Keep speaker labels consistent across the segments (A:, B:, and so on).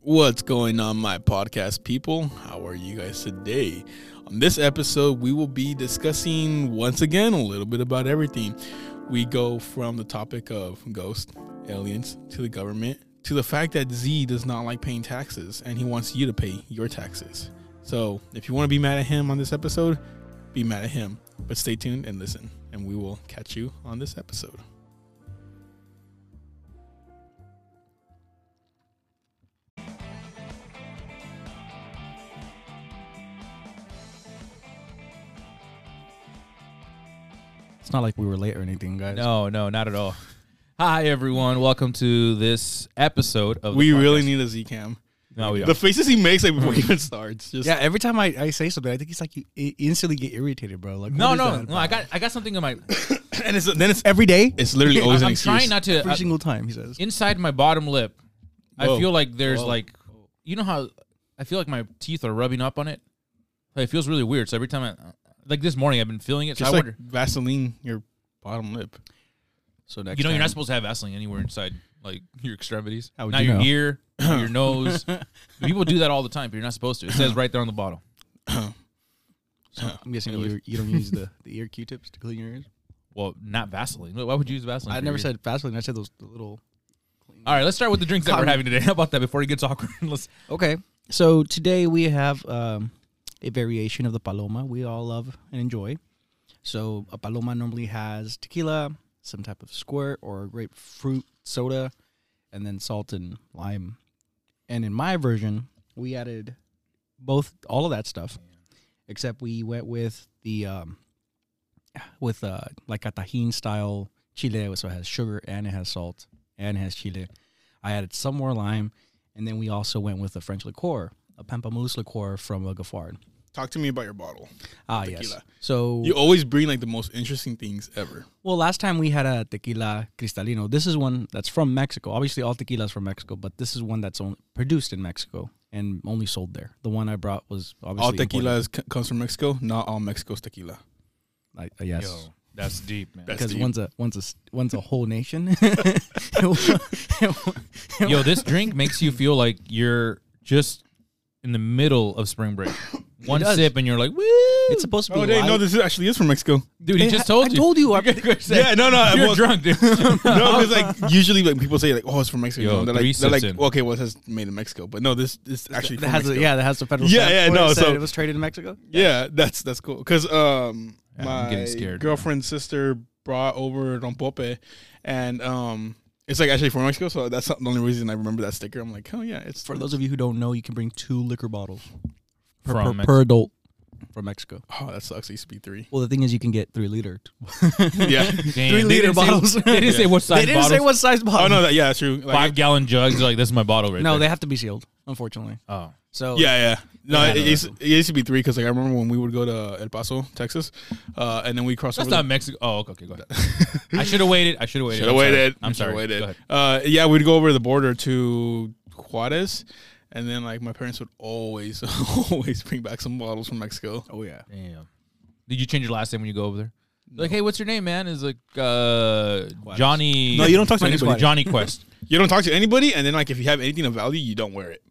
A: What's going on, my podcast people? How are you guys today? On this episode, we will be discussing once again a little bit about everything. We go from the topic of ghosts, aliens, to the government, to the fact that Z does not like paying taxes and he wants you to pay your taxes. So if you want to be mad at him on this episode, be mad at him. But stay tuned and listen, and we will catch you on this episode.
B: It's not like we were late or anything, guys.
C: No, no, not at all. Hi, everyone. Welcome to this episode of. the
A: We really
C: podcast.
A: need a Z cam.
C: No, we don't.
A: The faces he makes like before he even starts. Just
B: Yeah, every time I, I say something, I think it's like you i- instantly get irritated, bro. Like
C: no,
B: what is
C: no,
B: that
C: no. I got, I got something in my.
A: and it's then it's
B: every day,
A: it's literally
C: I'm
A: always an excuse.
C: trying not to.
B: every
C: I-
B: single time. He says,
C: inside my bottom lip,
A: Whoa.
C: I feel like there's
A: Whoa.
C: like, you know how I feel like my teeth are rubbing up on it. Like, it feels really weird. So every time I, uh, like this morning, I've been feeling it. So
A: just
C: I
A: like
C: wonder.
A: Vaseline your bottom lip.
B: "So next,
C: You know, you're not supposed to have Vaseline anywhere inside like your extremities.
B: How would
C: not
B: you
C: your
B: know?
C: ear, not your nose. People do that all the time, but you're not supposed to. It says right there on the bottle.
B: So I'm guessing
A: Anyways.
B: you, you don't use the, the ear Q-tips to clean your ears.
C: Well, not Vaseline. Why would you use Vaseline?
B: I
C: for
B: never
C: your-
B: said Vaseline. I said those the little.
C: All right, let's start with the drinks that we're
B: Cotton.
C: having today. How about that before it gets awkward? let's,
B: Okay, so today we have um, a variation of the paloma we all love and enjoy. So a paloma normally has tequila, some type of squirt or grapefruit soda, and then salt and lime. And in my version, we added both all of that stuff, except we went with the um, with uh, like a tajin style chile, so it has sugar and it has salt and it has chile. I added some more lime, and then we also went with a French liqueur, a pamplemousse liqueur from a Gaffard.
A: Talk to me about your bottle.
B: Ah, yes.
A: Tequila.
B: So
A: You always bring like the most interesting things ever.
B: Well, last time we had a tequila cristalino. This is one that's from Mexico. Obviously, all tequilas from Mexico, but this is one that's only produced in Mexico and only sold there. The one I brought was obviously
A: all tequila is, c- comes from Mexico. Not all Mexico's tequila.
B: imported. I- I- yes,
C: that's deep, man.
A: That's
B: because
A: the
B: one's a one's a s- one's a whole nation. yeah,
C: Yo, this drink makes you feel like you're just in the middle of spring break. One
B: does.
C: sip and you're like, woo!
B: it's supposed to be.
A: Oh, they no,
B: light.
A: this is, actually is from Mexico.
C: dude, he
B: It
C: just
B: ha-
C: told
B: I
C: you.
B: told you. I-
A: Yeah, no, no,
C: You're
A: well-
C: drunk, dude.
A: no, because like usually when people say like, "Oh, it's from Mexico,"
C: Yo,
A: they're
C: three
A: like, they're like,
C: sips in.
A: "Okay, well, it says made in Mexico," but no, this this actually
B: that
A: from
B: has a,
A: Mexico.
B: yeah, that has the federal.
A: Yeah,
B: stamp
A: yeah,
B: where
A: no,
B: It said
A: so-
B: it was traded in Mexico.
A: yeah, that's that's cool. Because um,
C: Yeah,
A: my
C: I'm getting scared.
A: girlfriend's sister brought over rompope, and um, it's like actually from Mexico, so that's the only reason I remember that sticker. I'm like, oh yeah, it's
B: For those of you who don't know, you can bring two liquor bottles per,
C: From
B: per,
C: Mexico.
B: per adult from Mexico.
A: Oh, that sucks. It used to be three.
B: Well, the thing is, you can get three liter.
A: Yeah.
C: Damn,
B: three
C: they
B: liter
C: didn't say-
B: bottles.
C: they didn't say what size
B: they didn't
C: bottles.
B: say what size bottle.
A: oh no, that, yeah, that's true. Like,
C: Five gallon jugs. You're like, this is my bottle right
B: no,
C: there.
B: they have to be sealed, unfortunately.
C: oh.
B: So
A: Yeah, yeah. No,
C: Yeah,
A: it,
C: no,
A: it, used, it used to be three because like I remember when we would go to El Paso, Texas, uh, and then we crossed
C: That's
A: over.
C: not Mexico. Oh, okay, okay, go ahead. I should have waited. I should have waited.
A: Should have
C: I'm sorry.
A: waited.
C: I'm
A: Shoulda
C: sorry. Go
A: Waited.
C: ahead.
A: Uh, yeah, we'd go over the border to Juarez, and then like my parents would always, always bring back some bottles from Mexico.
B: Oh yeah.
C: Damn. Did you change your last name when you go over there? Like, hey, what's your name, man? Is like uh, Johnny.
A: No, you don't talk to
C: Johnny
A: anybody.
C: Johnny Quest.
A: You don't talk to anybody, and then like if you have anything of value, you don't wear it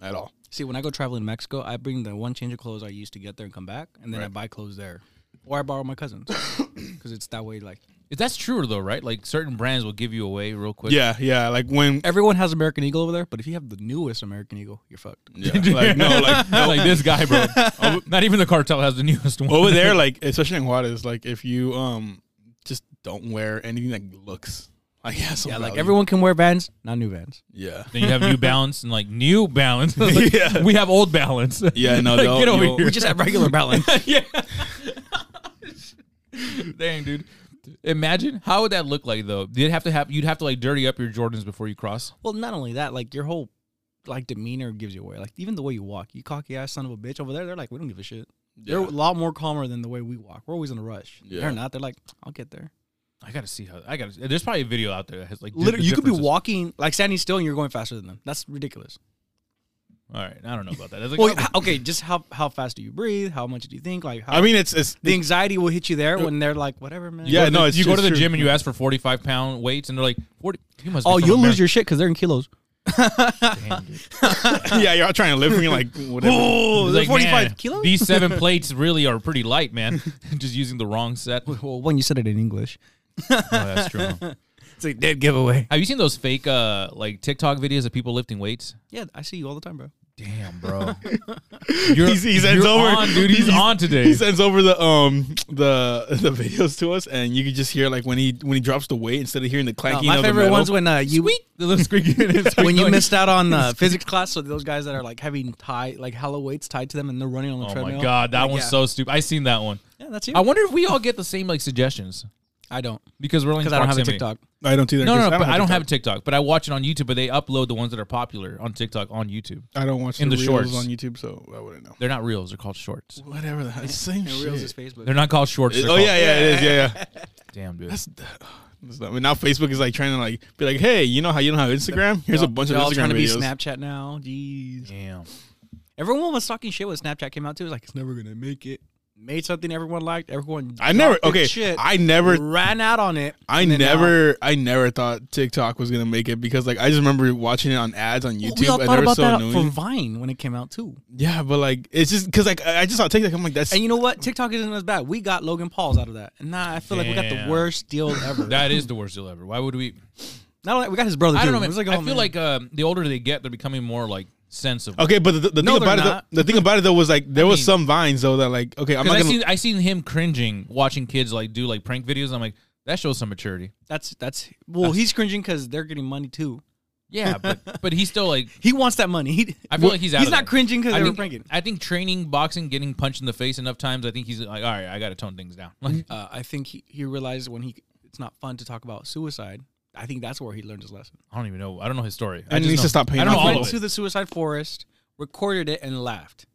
A: at all.
B: See, when I go traveling to Mexico, I bring the one change of clothes I used to get there and come back, and then I
A: Right.
B: buy clothes there, or I borrow my cousins because it's that way. Like
C: If that's true though, right? Like certain brands will give you away real quick.
A: Yeah, yeah. Like when,
B: everyone has American Eagle over there, but if you have the newest American Eagle, you're fucked.
A: yeah, like no, like
C: like this guy, bro. Oh, Not even the cartel has the newest one.
A: over there, like especially in Juarez, like if you um just don't wear anything that looks like has some
B: Yeah, like
A: value.
B: everyone can wear Vans, not new Vans.
A: Yeah.
C: Then you have New Balance and like New Balance. Like,
A: Yeah.
C: We have Old Balance.
A: Yeah, no,
C: Like,
A: they'll-
C: get over
A: you'll-
C: here.
B: We just have regular Balance.
C: yeah. Dang, dude. Imagine how would that look like though? You'd have to have you'd have to like dirty up your Jordans before you cross.
B: well, not only that, like your whole like demeanor gives you away. Like even the way you walk, you cocky ass son of a bitch over there. They're like, we don't give a shit. They're
A: Yeah.
B: a lot more calmer than the way we walk. We're always in a rush.
A: Yeah.
B: They're not. They're like, I'll get there.
C: I gotta see how I gotta. There's probably a video out there that has like the
B: Literally, you could be
C: differences.
B: walking like standing still and you're going faster than them. That's ridiculous.
C: All right, I don't know about that. It's like, oh,
B: Well, h- okay, just how how fast do you breathe? How much do you think? Like, how,
A: I mean, it's it's
B: the anxiety will hit you there when they're like, whatever, man.
A: Yeah,
C: go to
A: no,
C: the-
A: it's
C: you go to
A: it's
C: the
A: true.
C: gym and you ask for 45 pound weights, and they're like, 40. You must.
B: Oh,
C: be from
B: you'll
C: America."
B: lose your shit because they're in kilos.
C: Damn, dude.
A: yeah, y'all trying to live for me like whatever.
C: Oh,
B: It's like, 45 kilos?
C: These seven plates really are pretty light, man. Just using the wrong set. Oh,
B: Well, when you said it in English,
C: that's true.
B: it's a dead giveaway.
C: Have you seen those fake uh like TikTok videos of people lifting weights?
B: Yeah, I see you all the time, bro.
C: Damn, bro. you're,
A: He's- he
C: you're
A: sends over-
C: on, dude. He's,
A: he's-
C: on today.
A: He sends over the um the the videos to us, and you can just hear like when he when he drops the weight instead of hearing the clanking.
B: my
A: of the
B: favorite
A: metal.
B: one's when uh, you
C: the little squeaky.
B: when you missed out on uh, physics class. So those guys that are like having tie like hollow weights tied to them and they're running on the
C: Oh
B: treadmill.
C: my god, that
B: Like,
C: one's
B: yeah.
C: so stupid. I seen that one.
B: Yeah, that's you.
C: I wonder if we all get the same like suggestions
B: I don't
C: because we're only in
B: because I don't have a
C: proximity.
B: TikTok.
A: I don't do that.
C: No,
A: 'cause
C: no, no, but I don't
A: TikTok.
C: have a TikTok, but I watch it on YouTube. But they upload the ones that are popular on TikTok on YouTube.
A: I don't watch
C: in
A: the,
C: the
A: reels
C: shorts.
A: on YouTube, so I wouldn't know.
C: They're not reels; they're called shorts.
A: Whatever the hell, it's the same
B: And Reels is
A: shit.
B: Facebook.
C: They're not called shorts.
A: It-
C: they're
A: oh
C: called-
A: yeah, yeah, it is. Yeah, yeah.
C: Damn, dude.
A: That's, that's not, I mean, now Facebook is like trying to like be like, hey, you know how you don't have Instagram? Here's a bunch of
B: They're all
A: Instagram
B: trying to be
A: videos.
B: Snapchat now. Jeez.
C: Damn.
B: Everyone was talking shit when Snapchat came out too. It was like it's never gonna make it. Made something everyone liked. Everyone.
A: I never.
B: dropped their
A: Okay,
B: Shit,
A: I never
B: ran out on it.
A: I
B: and then now-
A: never, I never thought TikTok was gonna make it because like I just remember watching it on ads on
B: Well,
A: YouTube
B: we all
A: and
B: thought
A: they were
B: about
A: so
B: that
A: annoying.
B: for Vine when it came out too.
A: yeah, but like it's just because like I I just saw TikTok. I'm like that's
B: And you know what? TikTok isn't as bad. We got Logan Paul's out of that. And nah, I feel like we got
C: Damn.
B: the worst deal ever.
C: That is the worst deal ever. Why would we?
B: Not only, we got his brother.
C: I don't
B: too.
C: know,
B: It
C: man.
B: was like, oh,
C: I feel
B: man.
C: like um, the older they get, they're becoming more like sensible.
A: okay. But the, the thing
B: No,
A: about
B: they're
A: it, though,
B: not.
A: the thing about it though was like there was
C: mean-
A: some vines though that like okay, I'm not
C: 'Cause I
A: gonna.
C: seen I seen him cringing watching kids like do like prank videos. I'm like, that shows some maturity.
B: that's that's well, he's cringing because they're getting money too.
C: Yeah, but but he's still like.
B: He wants that money. He,
C: I feel like he's out
B: he's
C: of
B: not
C: that.
B: cringing because
C: I
B: they were
C: think,
B: pranking.
C: I think training boxing, getting punched in the face enough times. I think he's like, all right, I got to tone things down. Like,
B: Uh, I think he, he realized when he it's not fun to talk about suicide. I think that's where he learned his lesson.
C: I don't even know. I don't know his story. I
A: And
C: just
A: he needs
C: know-
A: to stop paying
C: I don't know
A: off
C: all
B: Went
C: of
B: to
C: it.
B: the suicide forest, recorded it, and laughed.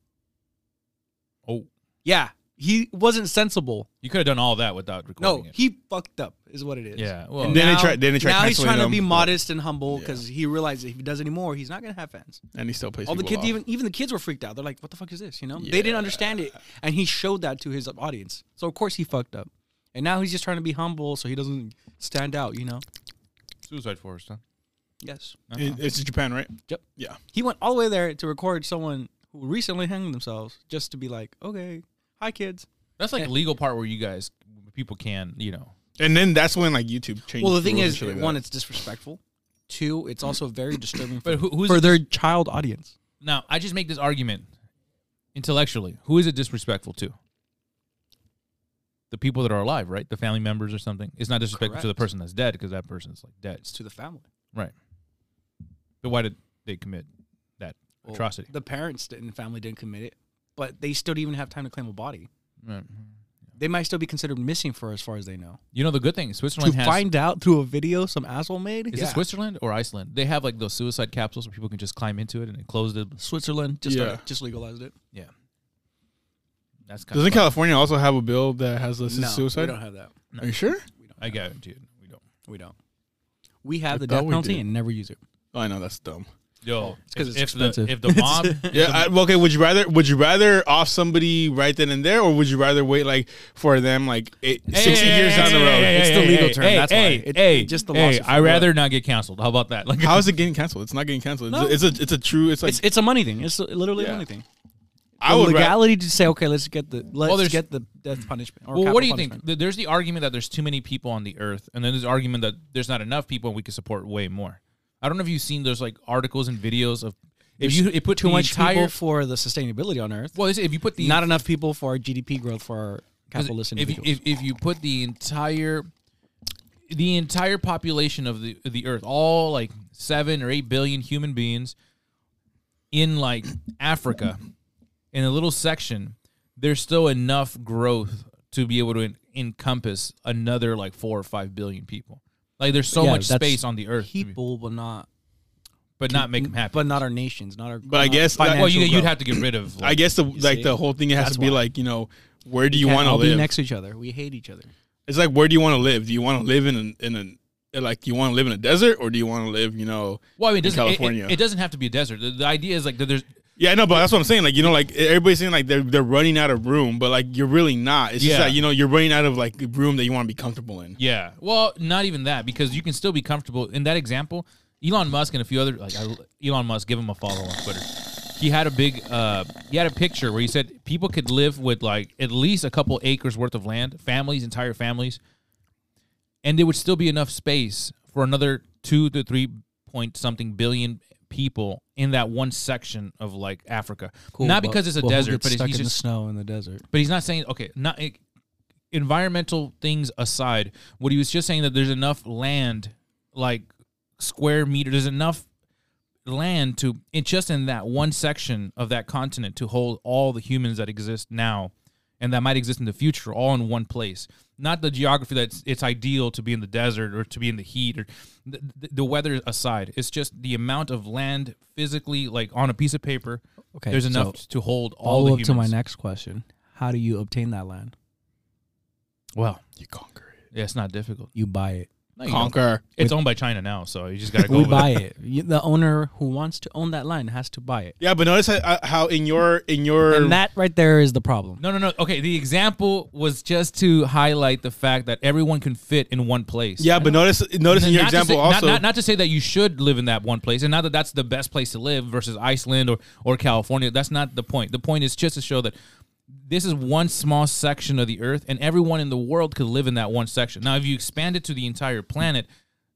C: Oh,
B: Yeah, he wasn't sensible.
C: you could have done all that without
B: No,
C: recording it.
B: he fucked up. Is what it is.
C: Yeah. Well,
A: And then they tried- then they tried
B: Now he's
A: canceling
B: trying to
A: him,
B: be
A: but-
B: modest and humble because he realized that if he does anymore, he's not gonna have fans.
A: and he still plays.
B: All the
A: people
B: kids,
A: off.
B: even even the kids, were freaked out. They're like, "What the fuck is this?" You know, they didn't understand it, and he showed that to his audience. So of course he fucked up, and now he's just trying to be humble so he doesn't stand out. You know?
C: Suicide Forest, huh?
B: Yes.
A: It- it's Japan, right?
B: Yep.
A: Yeah.
B: He went all the way there to record someone who recently hanged themselves just to be like, "Okay, hi kids."
C: That's like a legal part where you guys, people can, you know.
A: And then that's when like YouTube changed.
B: Well, the thing
A: rules and
B: is,
A: shit like that.
B: one, it's disrespectful. Two, it's also very disturbing for,
C: But who, who's
B: for their child audience.
C: now? I just make this argument intellectually. Who is it disrespectful to? The people that are alive, right? The family members or something. It's not disrespectful to the
B: Correct.
C: person that's dead because that person's like dead.
B: It's to the family.
C: Right. But why did they commit that
B: Well,
C: atrocity?
B: The parents didn't, the family didn't commit it, but they still didn't even have time to claim a body.
C: Right.
B: They might still be considered missing for as far as they know.
C: You know the good thing, Switzerland
B: to
C: has.
B: find out through a video some asshole made.
C: is
B: Yeah.
C: it Switzerland or Iceland? They have like those suicide capsules where people can just climb into it and it closes. It.
B: Switzerland just
A: Yeah.
B: started- just legalized it.
C: Yeah. That's kind
A: doesn't
C: of.
A: California also have a bill that has this
B: no, we
A: suicide?
B: don't have that.
A: Are you sure?
C: I guarantee it. We don't.
B: We don't. We have the
A: thought
B: death
A: we
B: penalty
A: did.
B: and never use it.
A: Oh, I know that's dumb.
C: Yo,
B: It's 'cause
C: if-
B: it's
C: if the-
B: expensive.
C: if the mob,
A: Yeah. I, well, okay. Would you rather? Would you rather off somebody right then and there, or would you rather wait like for them like eight, sixty
C: Hey,
A: years
C: hey,
A: down the
C: hey,
A: road?
C: hey,
B: It's
C: hey,
B: the
C: hey,
B: legal
C: hey,
B: term,
C: Hey,
B: that's why.
C: hey,
B: It-
C: hey,
B: it just the
C: hey,
B: lawsuits
C: I
B: for
C: rather not get canceled. How about that? Like,
A: How is it getting canceled? It's not getting canceled.
B: No.
A: It's, a, it's a it's a true. It's like
B: It's it's a money thing. It's literally
A: Yeah.
B: a money thing.
A: I
B: The
A: would ra-
B: legality to say okay, let's get the let's
C: there's-
B: get the death punishment. Or
C: well,
B: capital
C: what do you
B: punishment.
C: think? Th- There's the argument that there's too many people on the earth, and then there's the argument that there's not enough people, and we could support way more. I don't know if you've seen those like articles and videos of if you it put
B: Too
C: the
B: much
C: entire
B: people for the sustainability on Earth.
C: well, if you put the
B: Not enough people for our GDP growth for our capitalist
C: if you,
B: individuals.
C: if, if you put the entire the entire population of the the earth all like 7 or 8 billion human beings in like Africa in a little section there's still enough growth to be able to en- encompass another like 4 or 5 billion people like there's so
B: Yeah,
C: much
B: that's
C: space on the earth to be-
B: people will not,
C: but not make them happy
B: but not our nations, not our.
A: But I guess that-
C: well you,
B: financial
C: you'd
B: growth.
C: have to get rid of
A: I
C: like,
A: guess the like
B: see?
A: the whole thing it has
B: That's
A: to be
B: why.
A: like you know where do you
B: Can't
A: want to
B: all
A: live?
B: be next to each other. We hate each other.
A: it's like where do you want to live? Do you want to live in an, in a like you want to live in a desert or do you want to live you know?
C: well I mean, it
A: in
C: doesn't, it- it-
A: California.
C: It, doesn't have to be a desert the, the idea is like that there's
A: Yeah, I know, but that's what I'm saying. Like you know, like everybody's saying like they're they're running out of room, but like you're really not. It's
C: Yeah.
A: just that you know you're running out of like room that you want to be comfortable in.
C: Yeah. Well, not even that because you can still be comfortable in that example. Elon Musk and a few other like I, Elon Musk. Give him a follow on Twitter. He had a big uh, he had a picture where he said people could live with like at least a couple acres worth of land, families, entire families, and there would still be enough space for another two to three point something billion people in that one section of like Africa. Not
B: but-
C: because it's a
B: but who
C: desert,
B: gets
C: but it's,
B: stuck
C: he's
B: in
C: just
B: the snow in the desert.
C: but he's not saying okay, not eh, environmental things aside. What he was just saying that there's enough land, like square meter, there's enough land to in just in that one section of that continent to hold all the humans that exist now and that might exist in the future all in one place not the geography that's it's ideal to be in the desert or to be in the heat or the, the weather aside it's just the amount of land physically like on a piece of paper
B: Okay,
C: there's
B: so
C: enough to hold all the
B: Follow up
C: humans
B: to my next question: How do you obtain that land?
C: well
A: You conquer it.
C: Yeah, it's not difficult.
B: You buy it.
C: No, you don't.
A: Conquer.
C: It's owned by China now, so you just gotta go.
B: We
C: with
B: buy
C: it.
B: it. You, the owner who wants to own that land has to buy it,
A: Yeah, but notice how, how in your in your
B: and that right there is the problem.
C: No, no, no. Okay, the example was just to highlight the fact that everyone can fit in one place.
A: yeah, but notice notice in your
C: Not to
A: example
C: say- not-
A: also
C: not, not to say that you should live in that one place, and not that that's the best place to live versus Iceland or or California. That's not the point. The point is just to show that this is one small section of the earth, and everyone in the world could live in that one section. Now, if you expand it to the entire planet,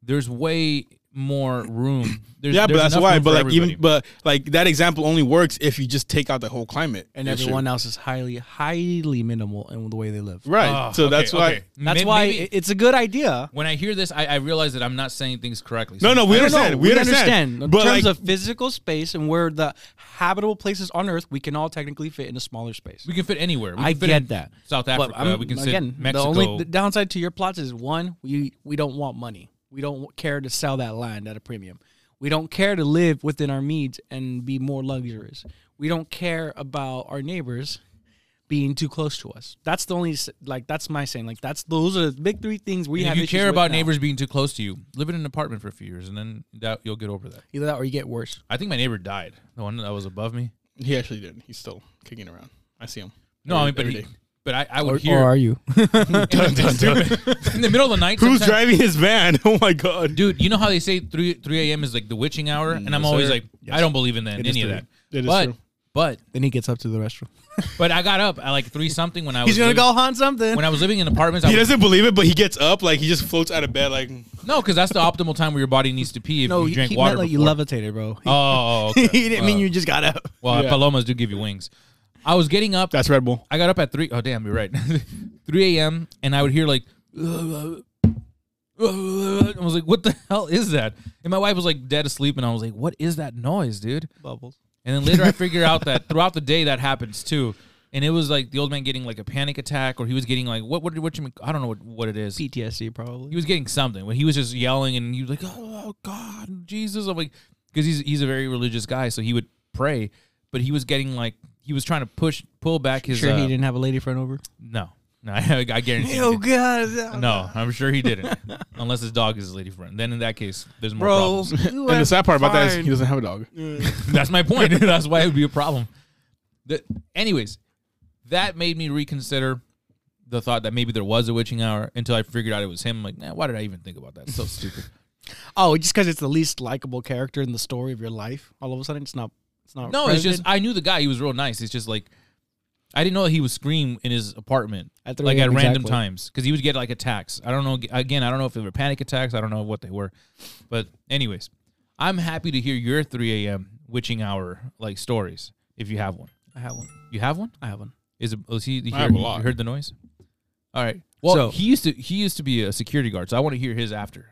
C: there's way more room. There's,
A: yeah, but
C: there's
A: that's
C: enough
A: why.
C: room
A: But
C: for
A: like
C: everybody.
A: even but like that example only works if you just take out the whole climate
B: and
A: issue.
B: everyone else is highly, highly minimal in the way they live.
A: Right.
C: Oh,
A: so
C: okay,
A: that's why.
C: okay.
B: That's
C: May-
B: why
C: maybe-
B: it- it's a good idea.
C: when I hear this, I, I realize that I'm not saying things correctly.
A: No,
C: So-
A: no, we
B: I don't know.
A: understand. We, understand.
B: In
A: But
B: terms
A: like,
B: of physical space and where the habitable places on Earth, we can all technically fit in a smaller space.
C: we can fit anywhere. We
B: I
C: can fit
B: get
C: in
B: that.
C: South
B: But
C: Africa.
B: I'm-
C: we can sit
B: again,
C: Mexico.
B: The only the downside to your plots is one, we we don't want money. We don't w- care to sell that land at a premium. We don't care to live within our means and be more luxurious. We don't care about our neighbors being too close to us. That's the only s- like that's my saying. Like that's those are the big three things we
C: if
B: have.
C: you
B: issues
C: care
B: with
C: about
B: now.
C: neighbors being too close to you, live in an apartment for a few years, and then that you'll get over that.
B: either that or you get worse.
C: I think my neighbor died. The one that was above me.
A: he actually did. He's still kicking around. I see him.
C: No, I mean, but
A: Every
C: he,
A: day.
C: but I, I would
B: Or,
C: hear
B: or are you?
A: Dun, dun, dun.
C: in the middle of the night.
A: Who's
C: sometimes-
A: driving his van? Oh my god.
C: dude? You know how they say three three a.m. is like the witching hour, and I'm
A: Yes,
C: always
A: sir.
C: like, I don't believe in that,
A: It is
C: any of
A: true.
C: that.
A: It is
C: but
A: true.
C: but
B: then he gets up to the restroom.
C: but I got up at like three something when I was
B: He's gonna
C: living,
B: go hunt something.
C: when I was living in apartments. I
A: He
C: was
A: doesn't believe it, but he gets up like he just floats out of bed like.
C: No, because that's the optimal time where your body needs to pee if
B: no,
C: you drink
B: he
C: water.
B: meant like
C: before.
B: you levitated, bro. He,
C: Oh, okay.
B: he didn't mean you just got up.
C: Well,
A: Yeah.
C: palomas do give you wings. I was getting up.
A: That's Red Bull.
C: I got up at three. Oh, damn, you're right. three a.m. and I would hear like. I was like, "What the hell is that?" And my wife was like dead asleep, and I was like, "What is that noise, dude?"
B: Bubbles.
C: And then later I figure out that throughout the day that happens too, and it was like the old man getting like a panic attack, or he was getting like what what what you mean? I don't know what, what it is.
B: PTSD probably.
C: he was getting something when he was just yelling and he was like, "Oh God, Jesus!" I'm like, because he's he's a very religious guy, so he would pray, but he was getting like he was trying to push pull back his.
B: sure
C: uh,
B: he didn't have a lady friend over?
C: No, no, I, I guarantee. he didn't.
B: God.
C: No, I'm sure he didn't, unless his dog is his lady friend. Then in that case, there's more
B: Bro.
C: problems.
A: And the sad part about that is he doesn't have a dog.
C: That's my point. That's why it would be a problem. The, anyways, that made me reconsider the thought that maybe there was a witching hour until I figured out it was him. I'm like, nah, why did I even think about that? So stupid.
B: Oh, just because it's the least likable character in the story of your life, all of a sudden it's not. It's not.
C: No, it's just
B: presented
C: I knew the guy. He was real nice. It's just like I didn't know he would scream in his apartment
B: At 3
C: like at
B: a.m.,
C: random
B: exactly.
C: times because he would get like attacks. I don't know. Again, I don't know if they were panic attacks. I don't know what they were, but anyways, I'm happy to hear your 3 a.m. witching hour like stories if you have one.
B: I have one.
C: You have one?
B: I have one.
C: Is it? Was he? he
A: I have a
C: heard-
A: lot.
C: You heard the noise? All right. Well,
B: So-
C: he used to he used to be a security guard, so I want to hear his after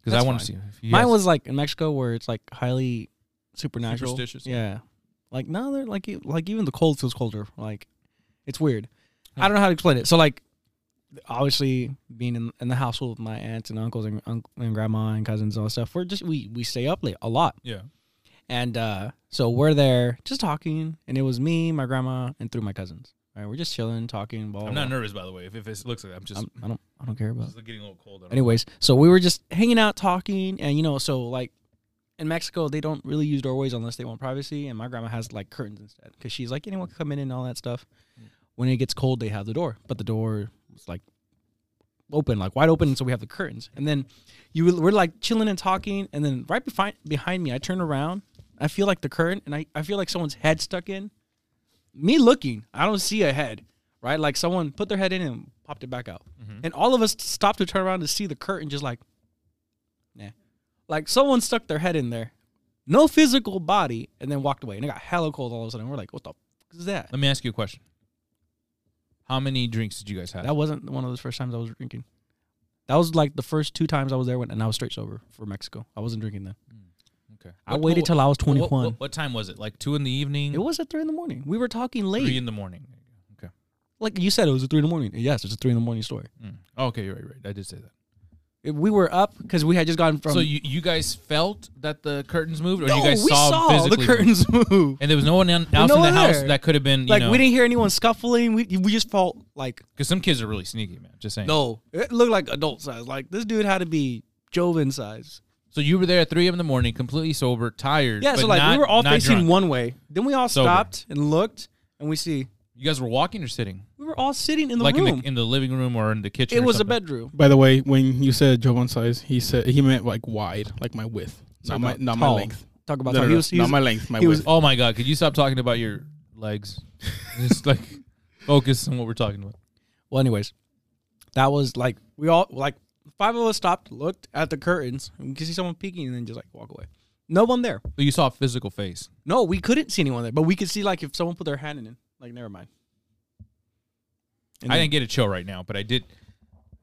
C: because I
B: That's
C: want to
B: fine.
C: see. If he
B: Mine
C: has-
B: was like in Mexico where it's like highly supernatural.
C: Superstitious.
B: Yeah. Like no, they're like e- like even the cold feels colder. Like it's weird. I don't know how to explain it. So like obviously being in, in the household with my aunts and uncles and, unc and grandma and cousins and all that stuff, we're just we we stay up late a lot.
C: yeah.
B: And uh, so we're there just talking, and it was me, my grandma, and three of my cousins. Right, we're just chilling, talking. Blah, blah,
C: I'm not
B: blah.
C: nervous by the way. If, if it looks like I'm just,
B: I'm, I don't. I don't care about.
C: just getting a little cold. I don't know.
B: Anyways, so we were just hanging out, talking, and you know, so like in Mexico, they don't really use doorways unless they want privacy. And my grandma has like curtains instead because she's like, anyone can
C: Mm.
B: come in and all that stuff. When it gets cold, they have the door, but the door is like open, like wide open, and so we have the curtains. And then you were- we're like chilling and talking, and then right behind behind me, I turn around, I feel like the curtain, and I, I feel like someone's head stuck in. Me looking, I don't see a head, right? Like someone put their head in and popped it back out, and all of us stopped to turn around to see the curtain, just like, nah, like someone stuck their head in there, no physical body, and then walked away, and it got hella cold all of a sudden. We're like, what the fuck is that?
C: Let me ask you a question. How many drinks did you guys have?
B: That wasn't one of those first times I was drinking. That was like the first two times I was there when, and I was straight sober for Mexico. I wasn't drinking then.
C: okay.
B: I waited till I was
C: what-
B: 21.
C: What, what time was it? Like two in the evening,
B: It was at three in the morning. We were talking late.
C: three in the morning. Okay.
B: like you said, it was at three in the morning. Yes, it's a three in the morning story.
C: Mm. Oh, okay, you're right, you're right. I did say that.
B: If we were up because we had just gotten from.
C: so you, you guys felt that the curtains moved, or
B: No,
C: you guys
B: we
C: saw,
B: saw,
C: physically
B: the curtains move.
C: And there was no one in- else
B: no
C: in the
B: one
C: house
B: there.
C: that could have been, you
B: Like
C: know,
B: we didn't hear anyone scuffling. We we just felt like
C: because some kids are really sneaky, man. Just saying.
B: no, it looked like adult size. Like this dude had to be Joven size.
C: So you were there at three in the morning, completely sober, tired.
B: Yeah,
C: but
B: so like we
C: not-
B: were all
C: not
B: facing
C: drunk.
B: one way. Then we all
C: Sober.
B: stopped and looked, and we see
C: You guys were walking or sitting,
B: we were all sitting in the
C: like
B: room.
C: in the in the living room or in the kitchen.
B: it
C: or
B: was a
C: something?
B: bedroom.
A: By the way, when you said Jovan size, he said he meant like wide, like my width,
B: Talk
A: not my
B: about
A: not
B: tall.
A: my length.
B: Talk
A: No,
B: about
A: no,
B: tall.
A: no,
B: he was, he
A: not
B: was-
A: my length, my
B: he was-
A: width.
C: Oh my god! Could you stop talking about your legs? Just like focus on what we're talking about.
B: well, anyways, that was like we all like five of us stopped, looked at the curtains, and we could see someone peeking, and then just like walk away. No one there.
C: But you saw a physical face.
B: No, we couldn't see anyone there, but we could see like if someone put their hand in. it. Like never mind. And
C: I
B: then-
C: didn't get a chill right now, but I did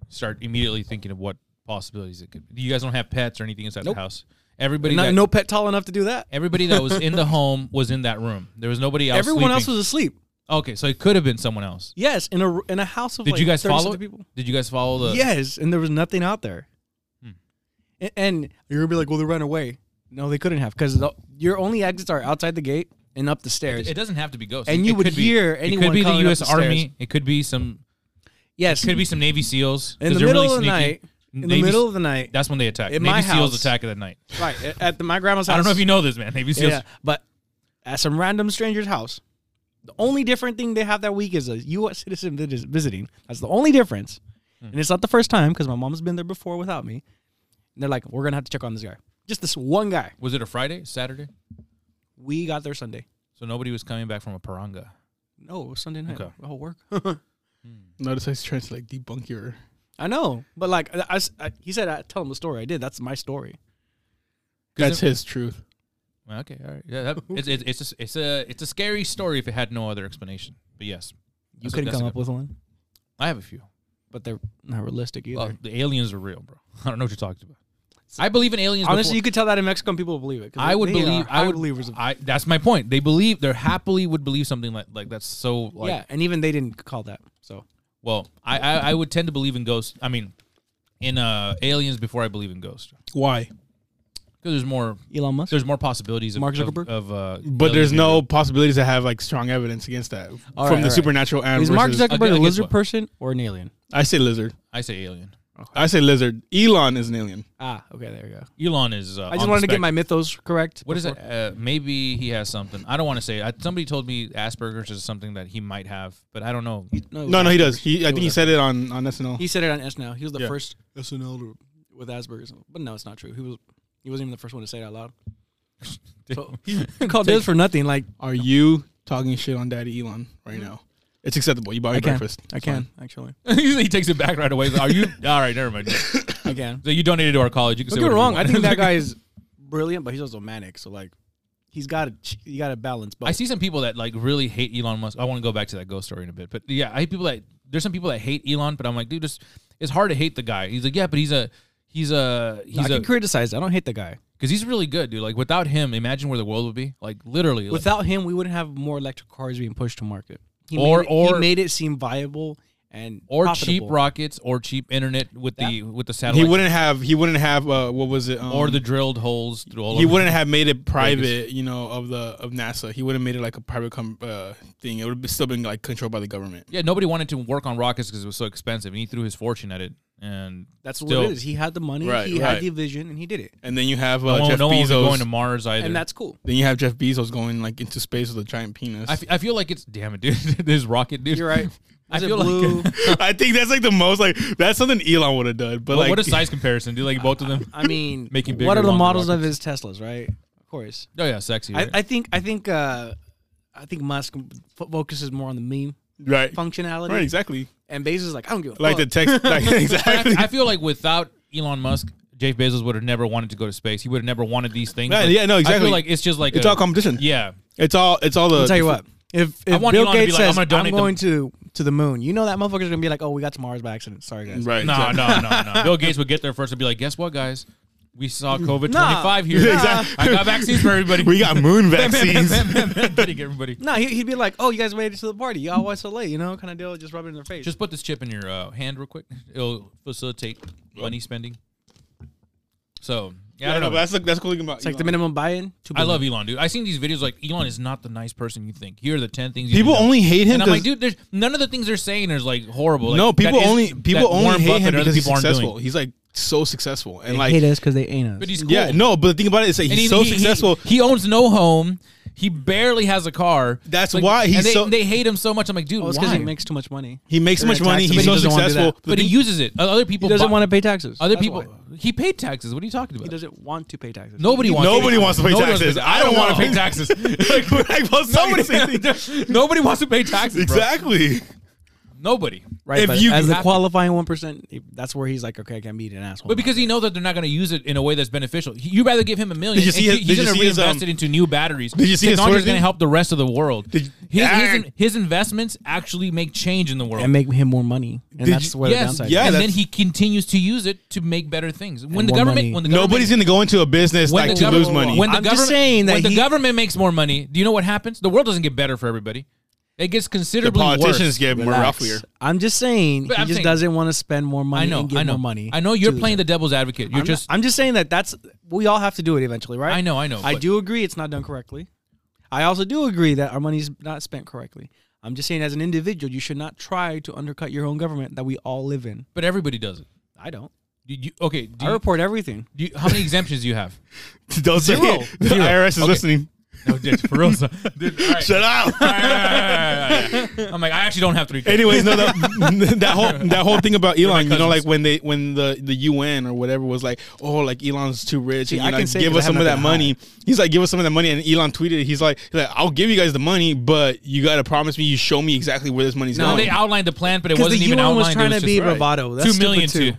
C: start immediately thinking of what possibilities it could. be. You guys don't have pets or anything inside
B: Nope.
C: the house. Everybody
B: Not-
C: that
B: no pet tall enough to do that.
C: everybody that was in the home was in that room. There was nobody else.
B: Everyone else
C: sleeping.
B: was asleep.
C: okay. So it could have been someone else.
B: Yes, in a in a house of
C: Did
B: like
C: you guys
B: 30
C: follow
B: something
C: it?
B: people.
C: Did you guys follow the?
B: Yes, and there was nothing out there.
C: Hmm.
B: A- And, you're gonna be like, well, they ran away. No, they couldn't have because your only exits are outside the gate and up the stairs.
C: It doesn't have to be ghosts.
B: And
C: It
B: you
C: could
B: would
C: be-
B: hear
C: It could
B: anyone
C: be the
B: coming up
C: U.S.
B: the stairs.
C: Army. It could be some.
B: yes,
C: Could be some Navy SEALs.
B: in
C: 'cause
B: the
C: they're
B: middle
C: really
B: of the
C: sneaky.
B: night. In the
C: Navy
B: middle of the night,
C: That's when they attack.
B: In
C: Navy
B: my
C: SEAls
B: house-
C: attack at night.
B: right a- at the, my grandma's house.
C: I don't know if you know this, man. Navy SEALs.
B: yeah, but at some random stranger's house. The only different thing they have that week is a U.S. citizen that is visiting. That's the only difference,
C: Hmm.
B: and it's not the first time because my mom's been there before without me. And they're like, we're gonna have to check on this guy. Just this one guy.
C: Was it a Friday, Saturday?
B: We got there Sunday.
C: So nobody was coming back from a paranga.
B: No, it was Sunday night.
C: Okay.
B: Oh, work.
A: Notice I was trying to like debunk your.
B: I know, but like I, I s- I- he said, I tell him the story. I did. That's my story.
A: That's his truth.
C: Well, Okay, all right. Yeah, that, it's, it's, it's, a, it's a it's a scary story if it had no other explanation. But yes,
B: You
C: That's a-
B: couldn't
C: that's a
B: come
C: good
B: up with one,
C: I have a few.
B: but they're not realistic either.
C: Well, the aliens are real, bro. I don't know what you're talking about. I believe in aliens.
B: Honestly,
C: before-
B: you could tell that in Mexico, and people will believe it. 'cause
C: I would
B: they are
C: believe. I
B: high
C: would
B: believers. Of,
C: I that's my point. They believe. They happily would believe something like like that's so like.
B: yeah, and even they didn't call that. So
C: Well, I, I I would tend to believe in ghosts. I mean, in uh aliens before I believe in ghosts
A: Why?
C: because there's more
B: Elon Musk.
C: there's more possibilities of
B: Mark
C: of-
B: Zuckerberg?
C: of, uh.
A: But there's
C: aliens.
A: no possibilities that have like strong evidence against that from
B: right,
A: the
B: all right.
A: supernatural and
B: Is Mark
A: versus,
B: Zuckerberg
C: I
B: a
C: guess
B: lizard
C: what?
B: person or an alien?
A: I say lizard.
C: I say alien.
A: I say lizard. Elon is an alien.
B: Ah, okay, there you go.
C: Elon is. Uh,
B: I just wanted to get
C: my.
B: my mythos correct.
C: What is
B: before-
C: it? Uh, maybe he has something. I don't want to say. I, somebody told me Asperger's is something that he might have, but I don't know.
A: No, no,
B: He,
A: he does. He, I think he said it on on SNL.
B: he said it on S now. He was the
A: Yeah.
B: first SNL to- with Asperger's, but no, it's not true. He was. He wasn't even the first one to say it out loud. So he called this for nothing. Like
A: Are you talking shit on Daddy Elon right
C: Mm-hmm.
A: now? It's acceptable. You bought me
B: I can.
A: breakfast.
B: I
A: It's fine.
B: can actually.
C: he takes it back right away. Are you all right? Never mind. So
B: I can.
C: you donated to our college. You can
B: Don't
C: say
B: get me
C: whatever you
B: wrong. I
C: want.
B: think that guy is brilliant, but he's also manic. So like, he's got to you got to balance. But
C: I see some people that like really hate Elon Musk. I want to go back to that ghost story in a bit, but yeah, I hate people that there's some people that hate Elon, but I'm like, dude, just it's hard to hate the guy. He's like, yeah, but he's a he's a
B: I
C: he's a
B: can criticize. I don't hate the guy.
C: because he's really good, dude. Like without him, imagine where the world would be. Like literally, like,
B: Without him, we wouldn't have more electric cars being pushed to market. He
C: Or-
B: made it,
C: or-
B: he made it seem viable and
C: or cheap
B: profitable.
C: rockets or cheap internet with the with the satellite.
A: He wouldn't have. He wouldn't have. Uh, what was it? Um,
C: or the drilled holes through all.
A: He
C: of
A: wouldn't have made it private. You know, of the of NASA. He would have made it like a private com- uh, thing. It would have still been like controlled by the government.
C: Yeah, nobody wanted to work on rockets because it was so expensive, and he threw his fortune at it. And
B: That's
C: Still-
B: what it is. He had the money.
A: Right,
B: he
A: right.
B: had the vision, and he did it.
A: And then you have uh,
C: no one,
A: Jeff
C: no one was
A: Bezos.
C: going to Mars either.
B: And that's cool.
A: then you have Jeff Bezos going like into space with a giant penis.
C: I, f- I feel like it's damn it, dude. this rocket, dude.
B: You're right.
C: I
B: Is it
C: feel
B: blue?
C: like.
A: I think that's like the most like that's something Elon would have done. But
C: But
A: like
C: what a size comparison? Do you like both of them?
B: I mean,
C: Making bigger,
B: what are the
C: longer
B: models of
C: rockets.
B: his Teslas, right? Of course.
C: Oh yeah, sexy.
B: I,
C: right?
B: I think I think uh, I think Musk f- focuses more on the meme
A: right,
B: functionality,
A: right, exactly.
B: and Bezos is like I don't give a
A: Like
B: fuck.
A: the text, like, exactly.
C: I feel like without Elon Musk, Jeff Bezos would have never wanted to go to space. He would have never wanted these things.
A: Yeah,
C: Like,
A: yeah, no,
C: I feel
A: exactly.
C: like it's just like
A: it's
C: a-
A: all competition.
C: Yeah,
A: It's all. It's all the.
B: I'll tell you what. If,
C: I
B: if
C: want
B: Bill
C: Elon to be
B: Gates
C: like, I'm
B: says
C: gonna
B: I'm,
C: donate
B: going to to the moon, you know that motherfucker's gonna be like, oh, we got to Mars by accident. Sorry guys.
A: Right.
C: no,
A: exactly.
C: no, no, no. Bill Gates would get there first and be like, "Guess what, guys? We saw COVID twenty five here.
A: Yeah, exactly.
C: I got vaccines for everybody.
A: We got moon vaccines.
C: Getting everybody.
B: No, he, he'd be like, oh, you guys made it to the party. Y'all why so late? You know, kind of deal. Just rub it in their face.
C: Just put this chip in your uh, hand real quick. It'll facilitate money spending. So yeah, I don't know.
A: but that's the- that's cool thing about
B: it's like the
A: Elon.
B: minimum buy-in. two
C: I
B: billion.
C: love Elon, dude. I seen these videos like Elon is not the nice person you think. Here are the ten things you
A: people
C: know.
A: only hate him.
C: And I'm like,
A: 'cause-
C: dude, there's none of the things they're saying is like horrible. Like,
A: no,
C: that
A: people
C: is-
A: only people
C: that
A: only
C: Warren
A: hate
C: Buffett
A: him
C: and other
A: because he's
C: people aren't doing.
A: successful. He's like so successful and
B: They
A: like
B: hate us because they ain't us.
C: But he's cool.
A: yeah no. But the thing about it is that
C: And
A: he's
C: he-
A: so
C: he- he-
A: successful.
C: He, owns no home. He barely has a car.
A: That's why he's
C: and they,
A: so-
C: They hate him so much. I'm like, dude,
B: oh, it's because
C: why?
B: he makes too much money.
A: He makes so
B: They're
A: much
B: gonna
A: money.
B: tax him,
A: He's
B: but
A: so
B: he doesn't wanna do
A: successful.
B: that.
A: the
C: but he
A: thing-
C: uses it. Other people
B: He doesn't
C: buy-
B: want to pay taxes.
C: Other
B: That's
C: people.
B: why.
C: He paid taxes. What are you talking
B: He
C: about?
B: doesn't want to pay taxes.
C: Nobody wants.
A: Nobody wants to pay
C: Nobody
A: taxes.
C: I don't want to pay taxes.
A: like, we're like both
C: Nobody,
A: saying the same thing.
C: nobody wants to pay taxes. bro.
A: Exactly.
C: Nobody.
B: Right,
A: If
B: but
A: you
B: as the
C: have to-
B: qualifying one percent, that's where he's like, okay, I can beat an asshole.
C: But because he knows that they're not going to use it in a way that's beneficial, he, you'd rather give him a million.
A: Did you
C: and
A: see
C: he-
A: his-
C: he's
A: did you
C: going to
A: see his,
C: reinvest
A: um,
C: it into new batteries.
A: did you see his
C: Technology's
A: Twitter
C: going to
A: thing?
C: help the rest of the world.
A: Did you-
C: his, his,
A: Arrgh.
C: his investments actually make change in the world.
B: and make him more money, and
A: Did
B: that's
A: you-
B: where the
C: yes,
B: downside.
A: yeah,
B: is.
C: and then
A: that's-
C: he continues to use it to make better things. When the
B: more
C: government,
B: money.
C: when the government,
A: Nobody's going to go into a business
C: when
A: like
C: the
A: to
C: government-
A: lose money.
C: When the
B: I'm just
C: government,
B: saying that
C: when the
B: he-
C: government makes more money, do you know what happens? The world doesn't get better for everybody. It gets
A: the
C: considerably
A: politicians
C: worse.
A: get more
B: Relax.
A: roughier.
B: I'm just saying
C: But
B: he
C: I'm
B: just
C: saying-
B: doesn't want to spend more money
C: I know.
B: and get
C: I know.
B: more money.
C: I know. You're
B: to-
C: playing the devil's advocate. You're
B: I'm
C: just.
B: not- I'm just saying that that's we all have to do it eventually, right?
C: I know. I know.
B: I
C: but-
B: do agree it's not done correctly. I also do agree that our money's not spent correctly. I'm just saying as an individual, you should not try to undercut your own government that we all live in.
C: But everybody does it.
B: I don't.
C: Do you, okay.
B: I
C: Do you,
B: report everything.
C: do you, how many exemptions do you have?
A: Don't say
C: Zero.
A: it. The
C: Zero.
A: IRS is
C: Okay.
A: listening.
C: No, dude, for real. son. Dude, all right.
A: Shut up.
C: All right, all right, all right, all right, all right. I'm like, I actually don't have three kids.
A: Anyways, no, that, that whole that whole thing about Elon, you know,
C: cousins.
A: like when they when the the UN or whatever was like, oh, like Elon's too rich,
B: See,
A: and
B: I
A: you
B: can
A: like
B: say
A: give
B: 'cause
A: us
B: I have
A: some of that
B: nothing to
A: money. He's like, give us some of that money, and Elon tweeted, he's like, he's like, I'll give you guys the money, but you got to promise me, you show me exactly where this money's
C: No,
A: going.
C: they outlined the plan, but it
B: Because the
C: wasn't even
B: UN
C: outlined.
B: was trying
C: it
B: to be
C: just-
B: bravado. That's
C: Two
B: stupid
C: million
B: too.
C: too.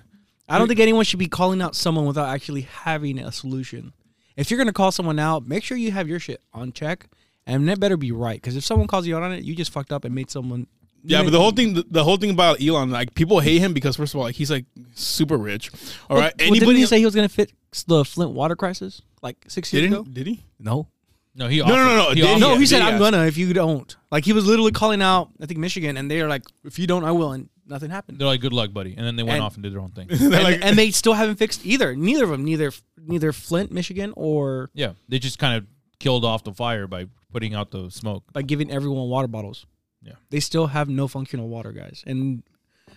B: I don't think anyone should be calling out someone without actually having a solution. If you're gonna call someone out, make sure you have your shit on check, and that better be right. Because if someone calls you out on it, you just fucked up and made someone.
A: Yeah, but the whole thing, the, the whole thing about Elon, like people hate him because first of all, like he's like super rich. All right,
B: Well, didn't
A: anybody
B: he say he was gonna fix the Flint water crisis like six years ago?
A: didn't did he?
B: No,
C: No, he.
A: no, no, no,
C: He
A: they-
C: offered.
B: no,
A: Yeah,
B: he said
A: yeah,
B: I'm
A: yeah.
B: gonna if you don't. Like he was literally calling out, I think Michigan, and they're like, if you don't, I will, and nothing happened.
C: They're like, good luck, buddy. And then they went
B: And-
C: off and did their own thing.
A: They're
B: And,
A: like-
B: and they still haven't fixed either. Neither of them, neither neither Flint, Michigan, or
C: yeah. They just kind of killed off the fire by putting out the smoke.
B: by giving everyone water bottles.
C: Yeah.
B: They still have no functional water, guys. And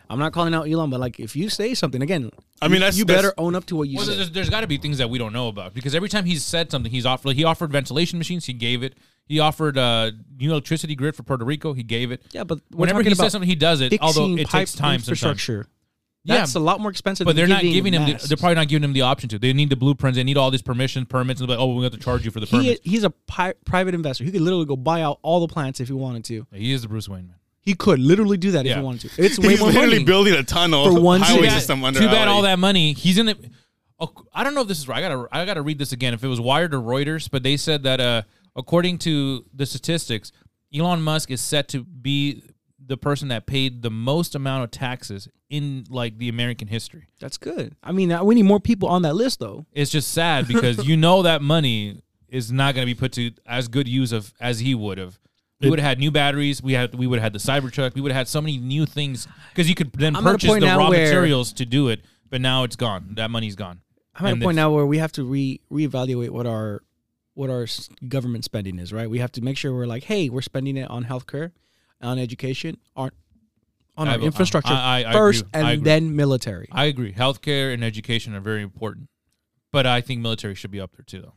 B: I'm not calling out Elon, but like if you say something again,
A: I mean,
B: you-
A: that's-
B: you
A: that's-
B: better own up to what you
C: Well,
B: said.
C: there's, there's got to be things that we don't know about because every time he's said something, he's offered. Like, he offered ventilation machines. He gave it. He offered uh, new electricity grid for Puerto Rico. He gave it.
B: Yeah, but we're
C: whenever
B: talking
C: he
B: about
C: says something, he does it.
B: fixing
C: Although it
B: pipe
C: takes time sometimes.
B: infrastructure.
C: Yeah,
B: That's a lot more expensive.
C: But
B: than
C: they're not giving him. The,
B: masks.
C: they're probably not giving him the option to. They need the blueprints. They need all these permissions, permits, and they're like, oh, we have to charge you for the
B: he,
C: permits.
B: he's a pi- private investor. He could literally go buy out all the plants if he wanted to.
C: He is, the Bruce Wayne man.
B: He could literally do that if
C: Yeah.
B: he wanted to. It's way
A: He's
B: more
A: literally
B: money.
A: building a tunnel
B: For one
A: highway
B: city.
A: system under.
C: too bad
A: LA.
C: all that money. He's in it. Oh, I don't know if this is right. I gotta I gotta read this again. If it was Wired or Reuters, but they said that uh, according to the statistics, Elon Musk is set to be the person that paid the most amount of taxes in like the American history.
B: That's good. I mean, uh, we need more people on that list, though.
C: It's just sad because you know that money is not going to be put to as good use of as he would have. We would have had new batteries. We had we would have had the Cybertruck. We would have had so many new things because you could then
B: I'm at a
C: purchase
B: point
C: the
B: now
C: raw
B: where-
C: materials to do it. But now it's gone. That money's gone.
B: I'm at
C: And
B: a point now where we have to re reevaluate what our what our s- government spending is. Right, we have to make sure we're like, hey, we're spending it on healthcare, on education, on on
C: I-
B: our
C: I-
B: infrastructure
C: I- I- I
B: first,
C: agree. I
B: and
C: agree.
B: then military.
C: I agree. Healthcare and education are very important, but I think military should be up there too, though,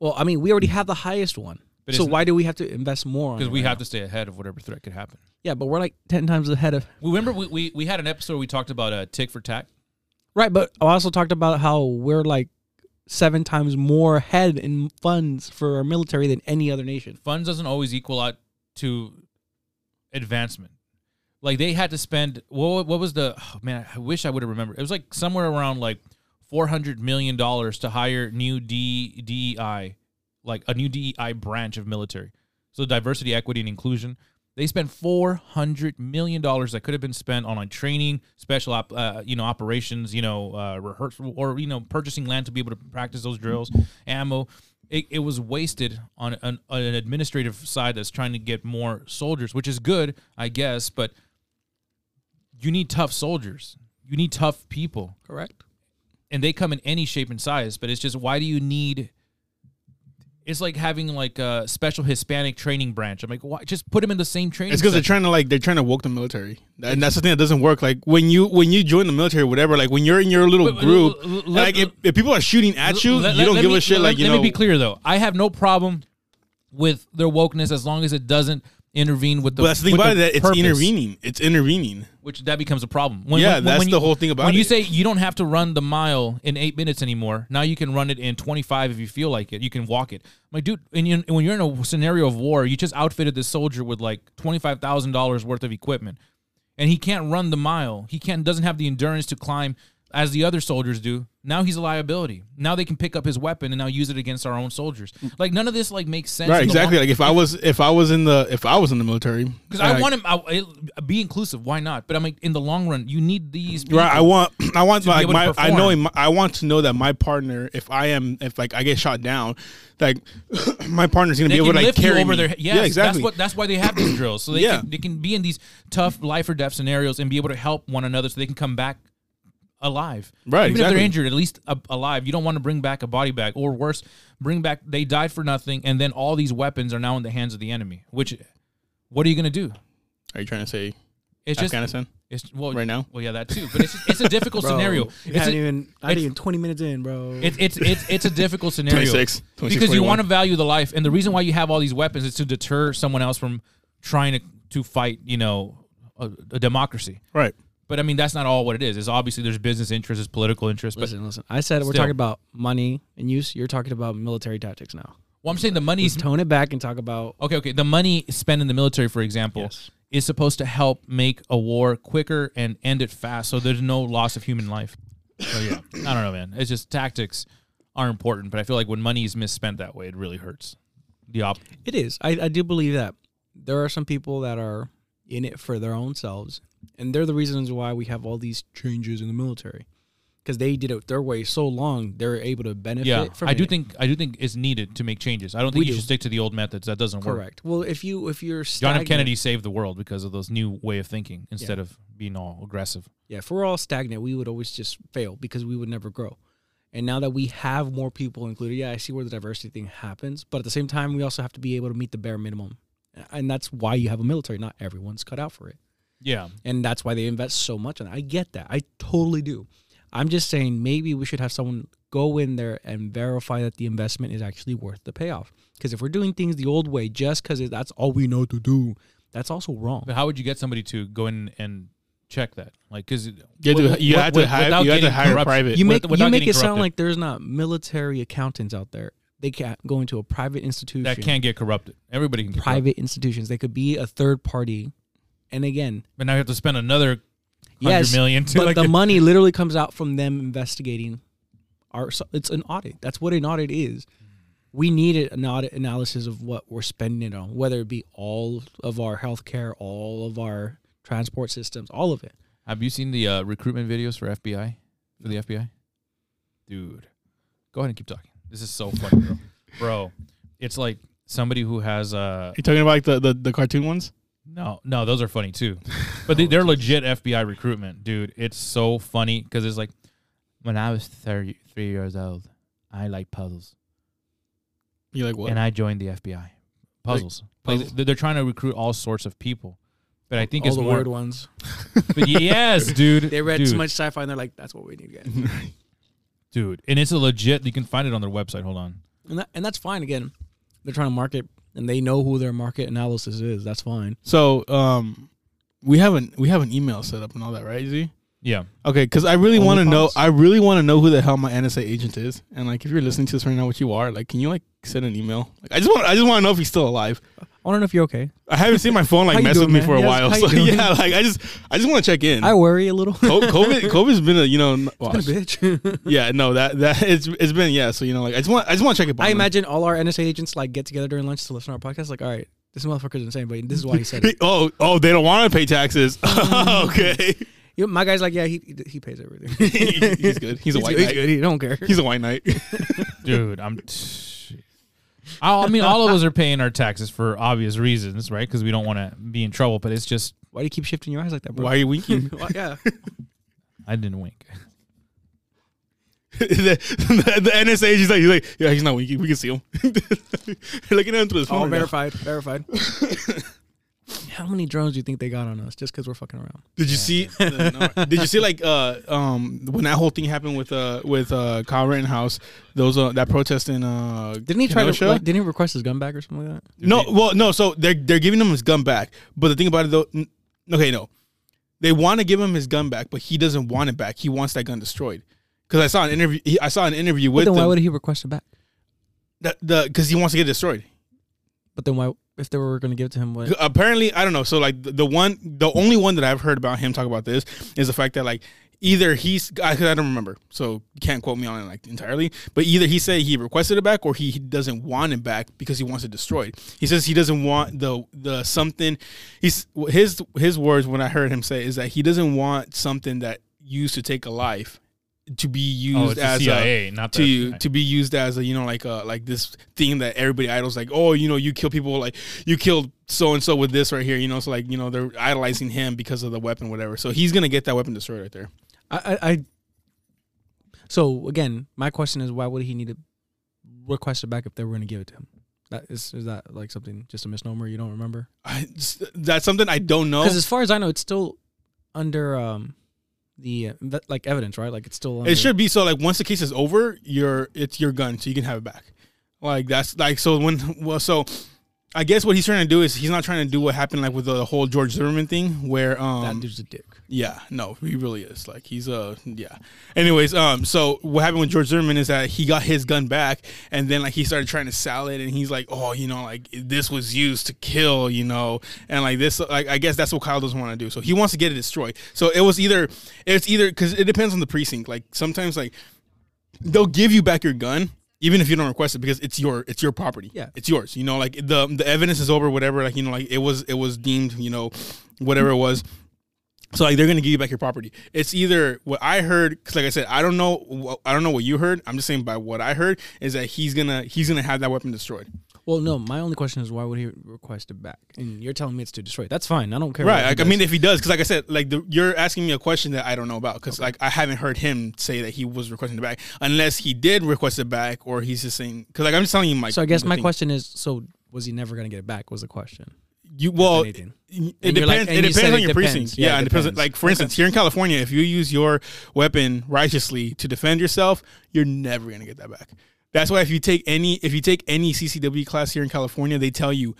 B: well, I mean, we already have the highest one,
C: But
B: so
C: it's-
B: why do we have to invest more? on
C: because
B: it
C: we
B: right
C: have to stay ahead of whatever threat could happen.
B: Yeah, but we're like ten times ahead of
C: We remember we, we, we had an episode where we talked about uh, tick for tack.
B: right. But I also talked about how we're like seven times more ahead in funds for our military than any other nation.
C: Funds doesn't always equal out to advancement. Like they had to spend what what was the oh, man? I wish I would have remembered. It was like somewhere around like four hundred million dollars to hire new D DEI, like a new DEI branch of military. So diversity, equity, and inclusion. They spent four hundred million dollars that could have been spent on like training, special op, uh, you know, operations, you know, uh, rehearsal, or you know, purchasing land to be able to practice those drills, ammo. It, it was wasted on an, on an administrative side that's trying to get more soldiers, which is good, I guess, but you need tough soldiers. You need tough people
B: Correct.
C: and they come in any shape and size but it's just why do you need it's like having like a special hispanic training branch i'm like why just put them in the same training
A: It's because they're
C: section.
A: trying to like they're trying to woke the military, and that's the thing that doesn't work. Like when you when you join the military, or whatever. Like when you're in your little
C: Wait, wait,
A: group,
C: l- l-
A: like
C: let-
A: if, if people are shooting at you,
C: Let-
A: you
C: let-
A: don't
C: let
A: give
C: me-
A: a shit.
C: let-
A: Like you
C: let
A: know,
C: me be clear though i have no problem with their wokeness as long as it doesn't intervene with the
A: but that's the thing
C: with
A: about it. That it's
C: purpose,
A: intervening. It's intervening.
C: which that becomes a problem
A: Yeah, that's the whole thing about
C: when you
A: it.
C: say you don't have to run the mile in eight minutes anymore now you can run it in 25 if you feel like it you can walk it my dude and you, when you're in a scenario of war you just outfitted this soldier with like $25000 worth of equipment and he can't run the mile he can't doesn't have the endurance to climb as the other soldiers do now he's a liability now they can pick up his weapon and now use it against our own soldiers like none of this like makes sense
A: Right,
C: in the long-
A: exactly. Like if I was if I was in the if I was in the military,
C: because I want him. I, I- be inclusive. Why not? But I'm like, in the long run, you need these. People.
A: Right, I want, I want
C: be
A: like
C: able to
A: my, I know,
C: perform.
A: in my, I want to know that my partner, if I am, if like I get shot down, like my partner's gonna
C: They
A: be able
C: can
A: to like
C: lift
A: carry
C: you over
A: me.
C: their head. Yes,
A: yeah, exactly.
C: That's what. That's why they have these drills. So they
A: Yeah.
C: can, they can be in these tough life or death scenarios and be able to help one another, so they can come back alive.
A: Right,
C: Even if
A: exactly.
C: they're injured, at least a- alive. You don't want to bring back a body bag, or worse, bring back they died for nothing, and then all these weapons are now in the hands of the enemy. Which, what are you gonna do?
A: Are you trying to say
C: It's just.
A: Afghanistan?
C: It's well
A: right now?
C: Well, yeah, that too. But it's it's a difficult scenario.
B: It's
C: It's
B: not
C: a-
B: even not
C: it's-
B: even twenty minutes in, bro.
C: It's it's it's it's a difficult scenario.
A: 26, 26,
C: because you
A: 21.
C: want to value the life, and the reason why you have all these weapons is to deter someone else from trying to to fight. You know, a, a democracy.
A: Right.
C: But I mean, that's not all what it is. It's obviously there's business interests, there's political interests. But
B: listen, listen. I said we're
C: Still.
B: talking about money and use. You're talking about military tactics now.
C: well, I'm saying the money's
B: Tone it back and talk about
C: okay. Okay, the money spent in the military, for example,
B: Yes.
C: is supposed to help make a war quicker and end it fast, so there's no loss of human life. So yeah, I don't know, man. It's just tactics are important, but I feel like when money is misspent that way, it really hurts. The op-
B: It is. I, I do believe that there are some people that are in it for their own selves, and they're the reasons why we have all these changes in the military because they did it their way so long they're able to benefit
C: yeah,
B: from
C: I do
B: it.
C: think I do think it's needed to make changes. I don't think
B: We
C: you
B: do.
C: should stick to the old methods. That doesn't work.
B: correct. Well, if you if you're
C: John
B: stagnant,
C: F. Kennedy saved the world because of those new way of thinking instead of being all aggressive.
B: yeah, if we're all stagnant, we would always just fail because we would never grow. And now that we have more people included, yeah, I see where the diversity thing happens, but at the same time, we also have to be able to meet the bare minimum, and that's why you have a military. Not everyone's cut out for it.
C: Yeah,
B: and that's why they invest so much in it. I get that. I totally do. I'm just saying maybe we should have someone go in there and verify that the investment is actually worth the payoff. Because if we're doing things the old way just because that's all we know to do, that's also wrong.
C: but how would you get somebody to go in and check that? Like, because
A: You had to, you had to hire, you had to hire private.
B: You make
C: With- without
B: you make it
C: getting
B: sound
C: corrupted.
B: like there's not military accountants out there. They can't go into a private institution.
C: that can't get corrupted. Everybody can get corrupted.
B: private institutions. They could be a third party. And again,
C: But now you have to spend another hundred
B: yes,
C: million to
B: but
C: like
B: the money literally comes out from them investigating our. So it's an audit. That's what an audit is. We needed an audit analysis of what we're spending it on, whether it be all of our healthcare, all of our transport systems, all of it.
C: Have you seen the uh, recruitment videos for FBI for the FBI? Dude, go ahead and keep talking. This is so funny, bro. bro, it's like somebody who has uh
A: you talking about like the, the, the cartoon ones?
C: no no those are funny too, but they, they're legit FBI recruitment, dude. It's so funny because it's like when I was thirty three years old, I liked puzzles
A: You like what?
C: and I joined the FBI. Puzzles. Like,
A: puzzles?
C: they're- they're trying to recruit all sorts of people, but I think
B: all
C: it's
B: the
C: more.
B: weird ones.
C: But yes, dude.
B: They read
C: dude.
B: too much sci-fi and they're like, "That's what we need to get,"
C: dude, and it's a legit. You can find it on their website. Hold on.
B: and, that, and that's fine. Again, they're trying to market and they know who their market analysis is. That's fine.
A: So um, we haven't we have an email set up and all that, right, Z?
C: Yeah.
A: Okay, because I really want to know.
B: OnlyFans?
A: I really want to know who the hell my NSA agent is. And like, if you're listening to this right now, what you are, like, can you like send an email? Like, I just want I just want to know if he's still alive.
B: I don't know if you're okay.
A: I haven't seen my phone
B: How
A: like
B: you
A: mess with
B: doing,
A: me
B: man?
A: for a
B: Yes,
A: while.
B: how you
A: So
B: doing?
A: yeah, like I just I just want to check in.
B: I worry a little.
A: Co- COVID COVID's been a you know n- well,
B: bitch.
A: yeah no that that it's it's been yeah so you know like I just want I just want to check it.
B: I imagine all our NSA agents like get together during lunch to listen to our podcast. Like, all right, this motherfucker's insane, but this is why he said it.
A: Oh, oh, they don't want to pay taxes. okay,
B: You know, my guy's like, yeah, he he pays everything.
A: he's good. He's a white
B: good,
A: knight.
B: good. He don't care.
A: He's a white knight.
C: Dude, I'm. I I mean, all of us are paying our taxes for obvious reasons, right? Because we don't want to be in trouble. But it's just,
B: Why do you keep shifting your eyes like that, bro?
A: Why are you winking?
B: Why- yeah.
C: I didn't wink.
A: the, the, the NSA is like, he's like, yeah, he's not winking. We can see him. Looking at him through his phone.
B: All
A: right now.
B: verified. Verified. How many drones do you think they got on us just because we're fucking around?
A: Did you see? did you see like uh um when that whole thing happened with uh with uh Kyle Rittenhouse those uh that protest in uh
B: Didn't he try
A: Kenosha?
B: to? Like, didn't he request his gun back or something like that?
A: no well no so they're they're giving him his gun back but the thing about it though n- okay no they want to give him his gun back but he doesn't want it back he wants that gun destroyed because I saw an interview he, I saw an interview
B: But
A: with
B: then why
A: him
B: would he request it back?
A: that the because he wants to get it destroyed
B: But then why, if they were going to give it to him, what?
A: apparently i don't know so like the, the one the only one that i've heard about him talk about this is the fact that like either he's I, 'cause I don't remember so you can't quote me on it like entirely but either he said he requested it back or he doesn't want it back because he wants it destroyed he says he doesn't want the the something he's his his words when i heard him say is that he doesn't want something that used to take a life to be used
C: Oh, it's the
A: as a
C: CIA, not the
A: to you
C: FBI.
A: to be used as a you know like uh like this thing that everybody idols like oh you know you kill people like you killed so and so with this right here you know so like you know they're idolizing him because of the weapon whatever so he's gonna get that weapon destroyed right there
B: I, I, I. So again, my question is, why would he need to request it back if they were going to give it to him? That is, is that like something just a misnomer? You don't remember?
A: I, s- that's something I don't know
B: Because as far as I know, it's still under um the uh, inve- like evidence, right? Like it's still. Under,
A: it should be so like once the case is over your it's your gun so you can have it back like that's like so when well so I guess what he's trying to do is he's not trying to do what happened like with the whole George Zimmerman thing where um
B: That dude's a dick.
A: Yeah, no, he really is. Like he's uh, yeah. Anyways, um, so what happened with George Zimmerman is that he got his gun back, and then like he started trying to sell it, and he's like, oh, you know, like this was used to kill, you know, and like this, like I guess that's what Kyle doesn't want to do. So he wants to get it destroyed. So it was either it's either because it depends on the precinct. Like sometimes like they'll give you back your gun even if you don't request it because it's your it's your property
B: Yeah.
A: it's yours you know like the the evidence is over whatever like you know like it was it was deemed you know whatever it was so like they're gonna give you back your property it's either what i heard because like i said i don't know wh- i don't know what you heard i'm just saying by what i heard is that he's gonna he's gonna have that weapon destroyed
B: Well, no. My only question is, why would he request it back? And you're telling me it's to destroy. That's fine. I don't care. what
A: right
B: he
A: like, i
B: does.
A: mean if he does because like i said like the, you're asking me a question that i don't know about because like i haven't heard him say that he was requesting it back unless he did request it back or he's just saying because like i'm just telling you my
B: so I guess
A: the
B: my
A: thing.
B: question is, so was he never going to get it back? Was the question.
A: You well, it,
B: anything.
A: it
B: And you're like-
A: depends.
B: and
A: it
B: you said
A: depends on
B: it
A: your
B: depends.
A: precinct.
B: Yeah,
A: Yeah,
B: it
A: it depends. on-
B: depends.
A: Like for instance, here in California, if you use your weapon righteously to defend yourself, you're never gonna get that back. That's why if you take any if you take any CCW class here in California, they tell you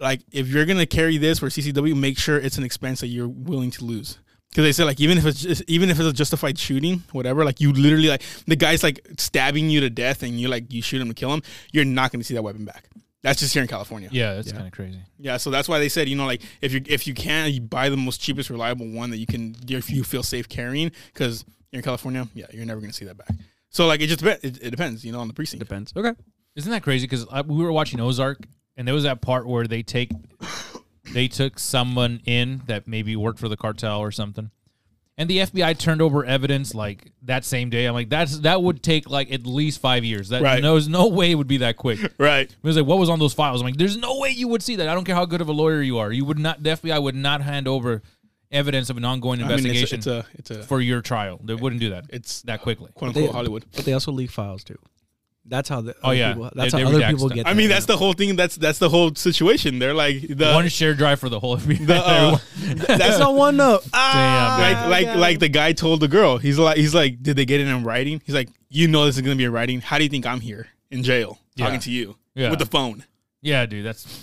A: like if you're gonna carry this for CCW, make sure it's an expense that you're willing to lose. Because they say like even if it's just, even if it's a justified shooting, whatever, like you literally like the guy's like stabbing you to death and you like you shoot him to kill him, you're not gonna see that weapon back. That's just here in California.
C: Yeah, that's kind of crazy.
A: Yeah, so that's why they said you know like if you if you can you buy the most cheapest reliable one that you can if you feel safe carrying because you're in California yeah you're never gonna see that back. So like it just depends. It, it depends you know on the precinct.
B: Depends. Okay.
C: Isn't that crazy? Because we were watching Ozark, and there was that part where they take, they took someone in that maybe worked for the cartel or something, and the FBI turned over evidence like that same day. I'm like, that's that would take like at least five years. That
A: Right.
C: no, there's no way it would be that quick. It
A: Right.
C: was like, what was on those files? I'm like, there's no way you would see that. I don't care how good of a lawyer you are. You would not. The FBI would not hand over evidence of an ongoing
A: I mean it's,
C: investigation
A: it's a it's a
C: for your trial. They wouldn't do that.
A: it's
C: that quickly.
A: quote
B: They-
A: unquote Hollywood.
B: But they also leak files too. That's how the
C: Oh,
B: other
C: yeah.
B: people, that's
C: They- they
B: how other
C: redact
B: people
C: stuff.
B: get.
A: I
B: that,
A: mean
B: yeah.
A: that's the whole thing. That's that's the whole situation. They're like the
C: One share drive for the whole FBI.
A: the, uh, that's
B: not one note.
C: Damn.
A: like
C: man.
A: like like the guy told the girl. He's like he's like did they get it in writing? He's like you know this is gonna be in writing. How do you think I'm here in jail
C: Yeah.
A: talking to you
C: Yeah.
A: with the phone?
C: Yeah, dude, that's.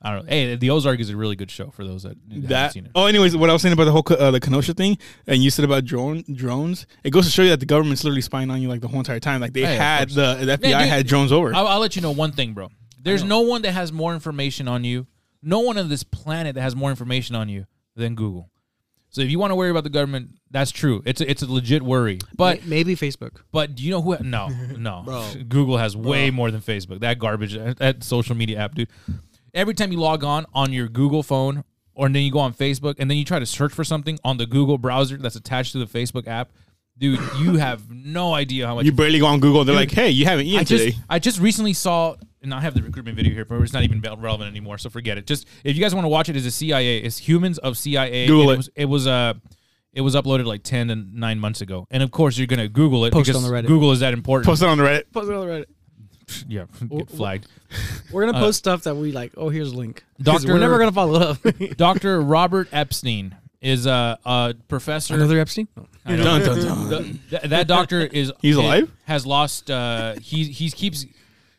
C: I don't know. Hey, The Ozark is a really good show for those that, that haven't
A: That
C: seen it.
A: oh, anyways, what I was saying about the whole co- uh, the Kenosha thing, and you said about drone drones, it goes to show you that the government's literally spying on you like the whole entire time. Like they
C: Yeah, of
A: had the, the FBI
C: dude,
A: had drones over.
C: I'll, I'll let you know one thing, bro. There's no one that has more information on you. No one on this planet that has more information on you than Google. So if you want to worry about the government, that's true. It's a, it's a legit worry. But
B: May- maybe Facebook.
C: but do you know who? No, no.
B: Bro.
C: Google has way more than Facebook. That garbage, that that social media app, dude. Every time you log on on your Google phone, or then you go on Facebook, and then you try to search for something on the Google browser that's attached to the Facebook app, dude, you have no idea how much
A: you barely go on Google. They're like, "Hey, you haven't eaten
C: I
A: today."
C: just I just recently saw, and I have the recruitment video here, but it's not even relevant anymore, so forget it. Just if you guys want to watch it, it's a CIA. It's humans of CIA.
A: Google
C: and
A: it.
C: was it was uh, it was uploaded like ten and nine months ago, and of course you're gonna Google it
B: Post
C: because
B: on the Reddit.
C: Google is that important.
A: Post it on the Reddit.
B: Post it on Reddit.
C: yeah, get flagged.
B: We're gonna post stuff that we like. Oh, here's a link. 'Cause
C: Uh, Doctor-
B: we're never gonna follow up.
C: Doctor Robert Epstein is a, a professor.
B: Another Epstein.
C: I know.
A: Dun, dun, dun.
C: Th- that doctor is
A: He's alive?
C: Has lost. Uh, he he keeps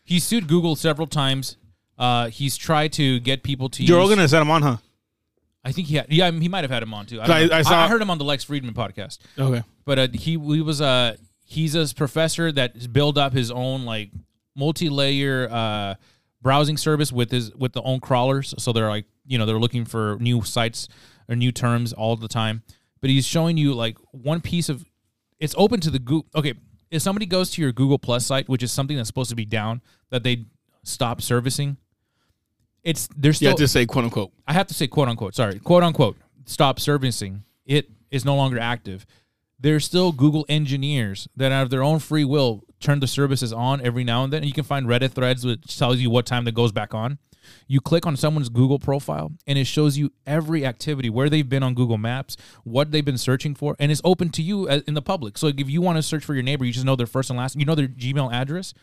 C: he sued Google several times. Uh, he's tried to get people to.
A: Joe
C: use,
A: Rogan has had him on, huh?
C: I think he had, yeah, I mean, he might have had him on too. I,
A: I-
C: don't know.
A: I
C: I,
A: saw-
C: I heard him on the Lex Friedman podcast,
A: Okay.
C: but uh, he he was uh, he's a professor that built up his own like multi-layer uh, browsing service with his with the own crawlers. So they're like you know they're looking for new sites or new terms all the time. But he's showing you like one piece of it's open to the Google. Okay, if somebody goes to your Google Plus site, which is something that's supposed to be down that they stop servicing, it's they're still
A: Yeah, just say quote unquote.
C: I have to say quote unquote, sorry, quote unquote, stop servicing. It is no longer active. There's still Google engineers that out of their own free will turn the services on every now and then. And you can find Reddit threads which tells you what time that goes back on. You click on someone's Google profile and it shows you every activity, where they've been on Google Maps, what they've been searching for, and it's open to you as- in the public. So if you want to search for your neighbor, you just know their first and last, you know their Gmail address,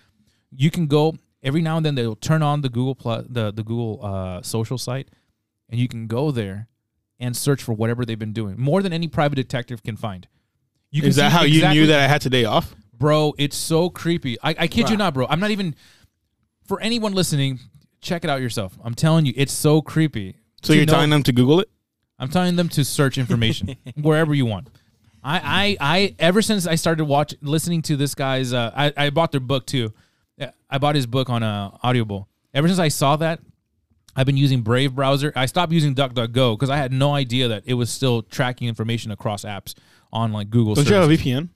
C: you can go every now and then they'll turn on the Google plus the, the Google uh, social site and you can go there and search for whatever they've been doing more than any private detective can find. You can
A: Is that
C: see
A: how
C: exactly-
A: you knew that I had today off?
C: bro? It's so creepy. I, I kid you not, bro. I'm not even for anyone listening. Check it out yourself. I'm telling you, it's so creepy.
A: So
C: to
A: you're
C: know-
A: telling them to Google it?
C: I'm telling them to search information wherever you want. I, I, I, ever since I started watch, listening to this guy's, uh, I, I bought their book too. Yeah, I bought his book on uh, Audible. Ever since I saw that, I've been using Brave browser. I stopped using DuckDuckGo because I had no idea that it was still tracking information across apps on like Google.
A: Don't you
C: services.
A: have a VPN?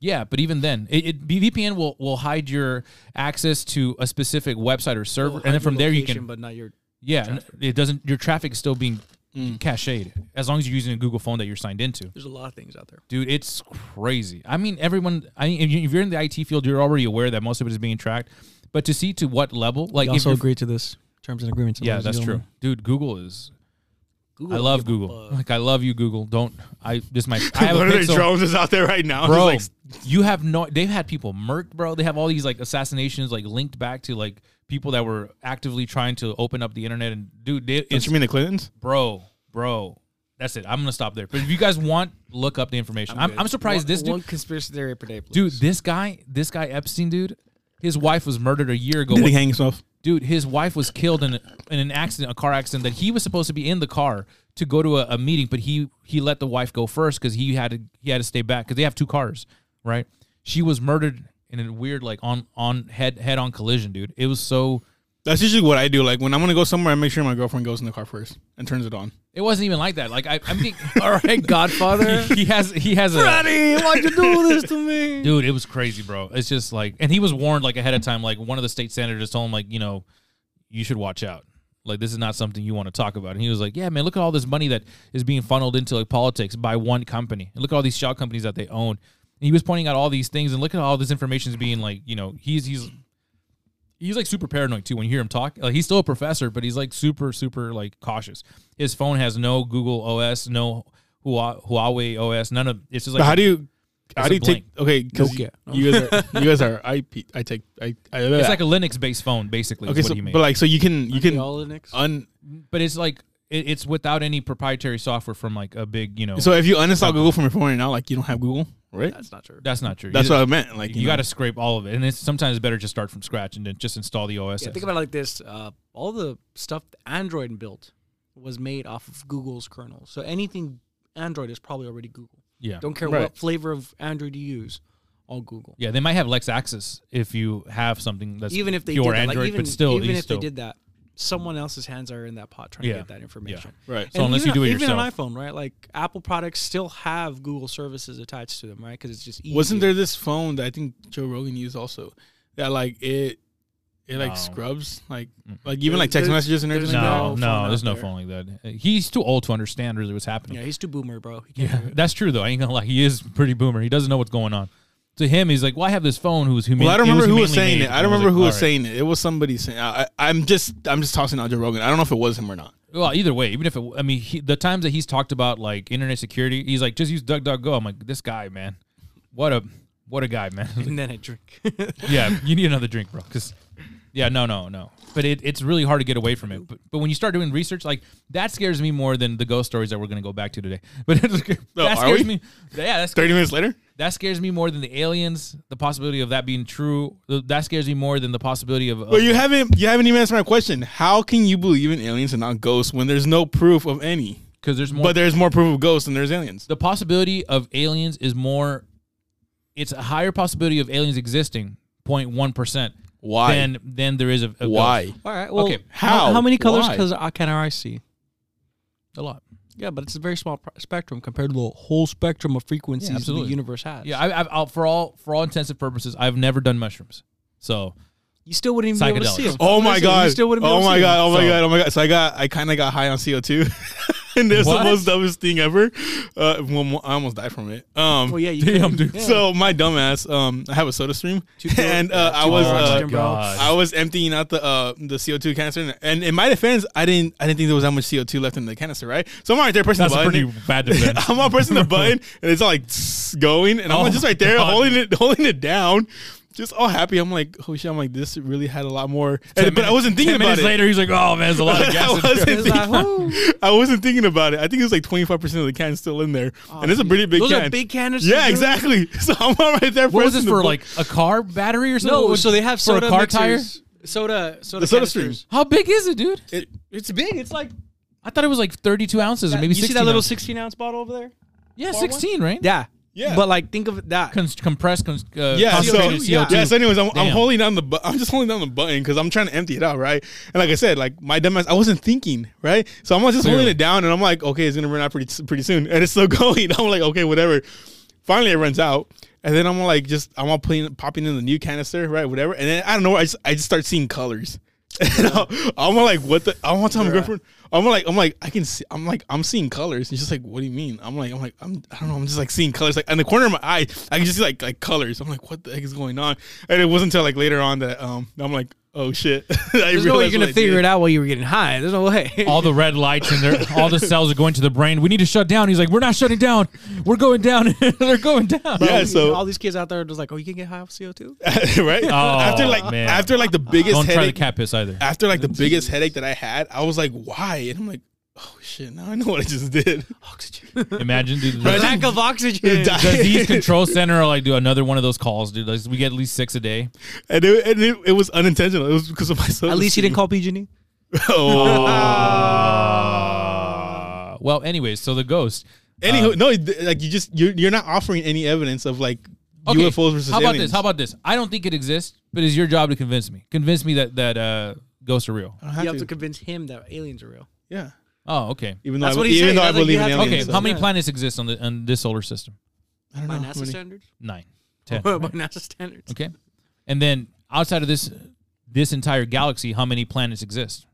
C: Yeah, but even then, it, it VPN will, will hide your access to a specific website or server, and then from there you can
B: But not your.
C: yeah, n- it doesn't. Your traffic is still being
B: Mm.
C: cached as long as you're using a Google phone that you're signed into.
B: There's a lot of things out there.
C: Dude, it's crazy. I mean, everyone. I mean, if you- if you're in the IT field, you're already aware that most of it is being tracked. But to see to what level, like
B: You
C: if
B: also
C: you're-
B: agree to this terms and agreements.
C: yeah,
B: ladies and
C: that's true,
B: gentlemen.
C: dude. Google is.
B: Google
C: I love
B: don't give a
C: Google.
B: fuck.
C: Like I love you, Google. Don't I? This my. I have a
A: What are the
C: Pixel.
A: drones is out there right now?
C: Bro,
A: Just
C: you have no. They've had people murked, bro. They have all these like assassinations, like linked back to like people that were actively trying to open up the internet. And dude, they,
A: like,
C: it's
A: do you mean the Clintons?
C: bro, bro. That's it. I'm gonna stop there. But if you guys want, look up the information. I'm, I'm, surprised
B: One-
C: this dude,
B: One conspiracy theory per day, please.
C: dude, this guy, this guy Epstein, dude, his wife was murdered a year ago.
A: Did he hang himself?
C: Dude, his wife was killed in, in an accident, a car accident that he was supposed to be in the car to go to a, a meeting, but he he let the wife go first because he had to he had to stay back because they have two cars, right? She was murdered in a weird like on on head head on collision, dude. It was so.
A: That's usually what I do. Like when I'm gonna go somewhere, I make sure my girlfriend goes in the car first and turns it on.
C: It wasn't even like that. Like I, I'm thinking,
B: All right, Godfather.
C: he has he has a.
B: why'd you do this to me?
C: Dude, it was crazy, bro. It's just like, and he was warned like ahead of time. Like one of the state senators told him, like, you know, you should watch out. Like this is not something you want to talk about. And he was like, yeah, man, look at all this money that is being funneled into like politics by one company. And look at all these shell companies that they own. And he was pointing out all these things, and look at all this information is being like, you know, he's he's he's like super paranoid too when you hear him talk. Like he's still a professor, but he's like super super like cautious. His phone has no Google OS, no Hua- Huawei OS, none of it's just like
A: But how do you? How
C: a
A: do you take?
C: blank.
A: Okay, because you,
B: Nokia.
A: you guys are you guys are IP. I take I. I
C: It's like a Linux based phone, basically.
A: okay,
C: is what
A: so,
C: he made.
A: but like so you can you
C: Uh,
B: Okay,
A: can
B: all Linux.
A: un
C: but it's like it, it's without any proprietary software from like a big, you know.
A: So if you uninstall Google from your phone now, like you don't have Google, right?
B: That's not true.
C: that's not true.
A: That's
C: you,
A: what I meant. Like
C: you, got to scrape all of it, and it's sometimes better just start from scratch and then just install the OS.
B: Yeah, think about it like this: uh, all the stuff that Android built was made off of Google's kernel. So anything Android is probably already Google.
C: yeah.
B: Don't care
A: Right.
B: what flavor of Android you use, all Google.
C: Yeah, they might have Lex Axis if you have something that's
B: even if they
C: pure
B: did that,
C: Android,
B: like even,
C: but still,
B: even
C: you
B: if
C: still-
B: they did that, someone else's hands are in that pot trying
C: Yeah.
B: to get that information.
A: right.
C: So unless you
B: even,
C: do it
B: even
C: yourself.
B: on iPhone, right? Like Apple products still have Google services attached to them, right? Because it's just easy.
A: Wasn't there this phone that I think Joe Rogan used also that like it it like
C: No.
A: scrubs like
C: Mm.
A: like even like text
B: There's-
A: messages and everything? like
B: there's
C: no,
B: no
C: no,
B: phone out
C: there's no
B: there.
C: phone like that. Uh, He's too old to understand really what's happening.
B: Yeah, he's too boomer, bro. He can't
C: Yeah,
B: do it.
C: that's true though. I ain't gonna lie, he is pretty boomer. He doesn't know what's going on. To him, he's like, "Well, I have this phone who's
A: that?
C: human."
A: Well, I don't
C: it
A: remember who was
C: humanely
A: saying
C: made."
A: it. I
C: And
A: don't
C: was
A: remember
C: like,
A: who was
C: "All right."
A: saying it. It was somebody saying. I, I, I'm just I'm just tossing out Joe Rogan. I don't know if it was him or not.
C: Well, either way, even if it, I mean, he, the times that he's talked about like internet security, he's like, "Just use DuckDuckGo." I'm like, "This guy, man, what a what a guy, man."
B: And then I drink.
C: yeah, you need another drink, bro. Because yeah, no, no, no. But it, it's really hard to get away from it. But, but when you start doing research, like that scares me more than the ghost stories that we're gonna go back to today. But that
A: Oh, are
C: scares
A: we?
C: me. Yeah, that's
A: Thirty minutes later.
C: that scares me more than the aliens. The possibility of that being true. th- That scares me more than the possibility of. of-
A: Well, you haven't you haven't even answered my question. How can you believe in aliens and not ghosts when there's no proof of any?
C: because there's more.
A: But there's more proof of ghosts than there's aliens.
C: the possibility of aliens is more. It's a higher possibility of aliens existing 0.1 percent
A: Why?
C: than than there is of, of
A: Why?
C: ghosts.
B: all right. Well,
C: Okay,
A: how?
B: How, how many colors
A: Why?
B: cause, uh, can our eyes see?
C: a lot.
B: Yeah, but it's a very small pr- spectrum compared to the whole spectrum of frequencies that the
C: absolutely.
B: universe has.
C: Yeah, I, I've, I'll, for all for all intents and purposes, I've never done mushrooms. So
B: you still wouldn't even be able to
C: Psychedelics.
B: see 'em.
A: Oh my
B: Honestly, You
A: god!
B: still wouldn't be
A: oh
B: able to
A: my
B: see 'em.
A: god! Oh my
C: So-
A: god! Oh my god! So I got I kind of got high on CO two, and it was
C: What?
A: the most dumbest thing ever. Uh, well, mo- I almost died from it. Um,
B: Well, yeah, you
C: Damn,
B: couldn't-
C: dude.
B: yeah.
A: so my dumbass, um, I have a Soda Stream,
B: Two girls-
A: and uh,
B: yeah,
A: I
B: two
A: was
B: girls,
A: uh,
B: Jim, bro.
C: God.
A: I was emptying out the uh, the CO two canister, and, and in my defense, I didn't I didn't think there was that much CO two left in the canister, right? So I'm right there pressing
C: that's
A: the
C: a pretty
A: button.
C: bad defense.
A: I'm all pressing the button, and it's all like going, and
C: Oh
A: I'm just right there
C: my God.
A: holding it holding it down. Just all happy. I'm like, oh shit! I'm like, this really had a lot more, and, but I wasn't thinking
C: Ten
A: about
C: minutes
A: it.
C: later, he's like, "Oh man, there's a lot of
A: I
C: gas." in there."
A: wasn't,
B: It's like,
A: thinking,
B: whoo.
A: I wasn't thinking about it. I think it was like 25% of the can still in there. and it's a pretty big
B: Those
A: can.
B: are big canisters.
A: yeah,
B: dude.
A: exactly. So I'm all right there.
C: What was
A: pressing
C: this
A: the
C: for?
A: bu-
C: Like a car battery or something?
B: No,
C: What-
B: so they have
C: for
B: soda
C: a car
B: mixers. Soda, soda,
A: The Soda
B: canisters.
A: Stream.
C: tire. How big is it, dude?
A: It- it's big. It's like
C: I thought it was like 32 ounces or maybe
B: you
C: 16.
B: see that little
C: ounces.
B: 16 ounce bottle over there?
C: yeah,
B: one?
C: 16, right?
B: Yeah.
A: Yeah.
B: But like, think of that.
C: Cons- compressed, cons- uh,
A: yeah, so,
C: concentrated CO2.
A: yeah. So, anyways, I'm, I'm
C: Damn.
A: holding down the bu- I'm just holding down the button because I'm trying to empty it out, right? And like I said, like my dumbass, I wasn't thinking, right? So I'm just holding
C: Clearly.
A: it down, and I'm like, okay, it's gonna run out pretty pretty soon, and it's still going. I'm like, okay, whatever. Finally, it runs out, and then I'm like, just I'm all putting popping in the new canister, right? Whatever, and then I don't know, I just I just start seeing colors. And I'm- I'm like, what the? I'm one time girlfriend. I'm like, I'm like, I can see. I'm like, I'm seeing colors. And she's like, what do you mean? I'm like, I'm like, I'm. I don't know. I'm just like seeing colors. Like in the corner of my eye, I can just see like like colors. I'm like, what the heck is going on? And it wasn't until like later on that um, I'm like, oh shit.
B: There's no way you're gonna figure it out while you were getting high. There's no way.
C: all the red lights and they're- all the cells are going to the brain. We need to shut down. He's like, we're not shutting down. We're going down. They're going down.
A: Yeah, so-
B: all these kids out there are just like, oh, you can get high off CO2.
A: right? after like
C: man.
A: after like the biggest
C: Don't try the
A: headache,
C: cat piss either.
A: after like the biggest headache that I had, I was like, why? And I'm like, oh shit. Now I know what I just did.
B: Oxygen.
C: Imagine, dude. the-
B: Lack of oxygen.
A: Di-
C: disease control center or like do another one of those calls, dude. Like, we get at least six a day.
A: And it, and it, it was unintentional. It was because of my. soda
B: At least you
A: stream.
B: didn't call PG&E.
A: Ah.
C: Uh, well, anyways, so the ghost.
A: Anywho, no, th- like you just you're, you're not offering any evidence of like
C: Okay,
A: UFOs versus
C: How about
A: aliens.
C: this? How about this? I don't think it exists, but it's your job to convince me. Convince me that that uh, ghosts are real.
A: I don't
B: You have to
A: to.
B: convince him that aliens are real.
A: yeah,
C: Oh, okay.
A: even though
B: That's
A: I,
B: what he's
A: even
B: saying.
A: though I
B: That's like
A: believe
B: you
A: in
B: have to-
A: aliens.
C: Okay,
A: so-
C: how many
B: Yeah.
C: planets exist on the on this solar system?
A: I don't know
B: By
A: how
B: NASA
A: many.
B: standards.
C: Nine. Ten.
B: By NASA standards.
C: Okay. And then outside of this this entire galaxy, how many planets exist?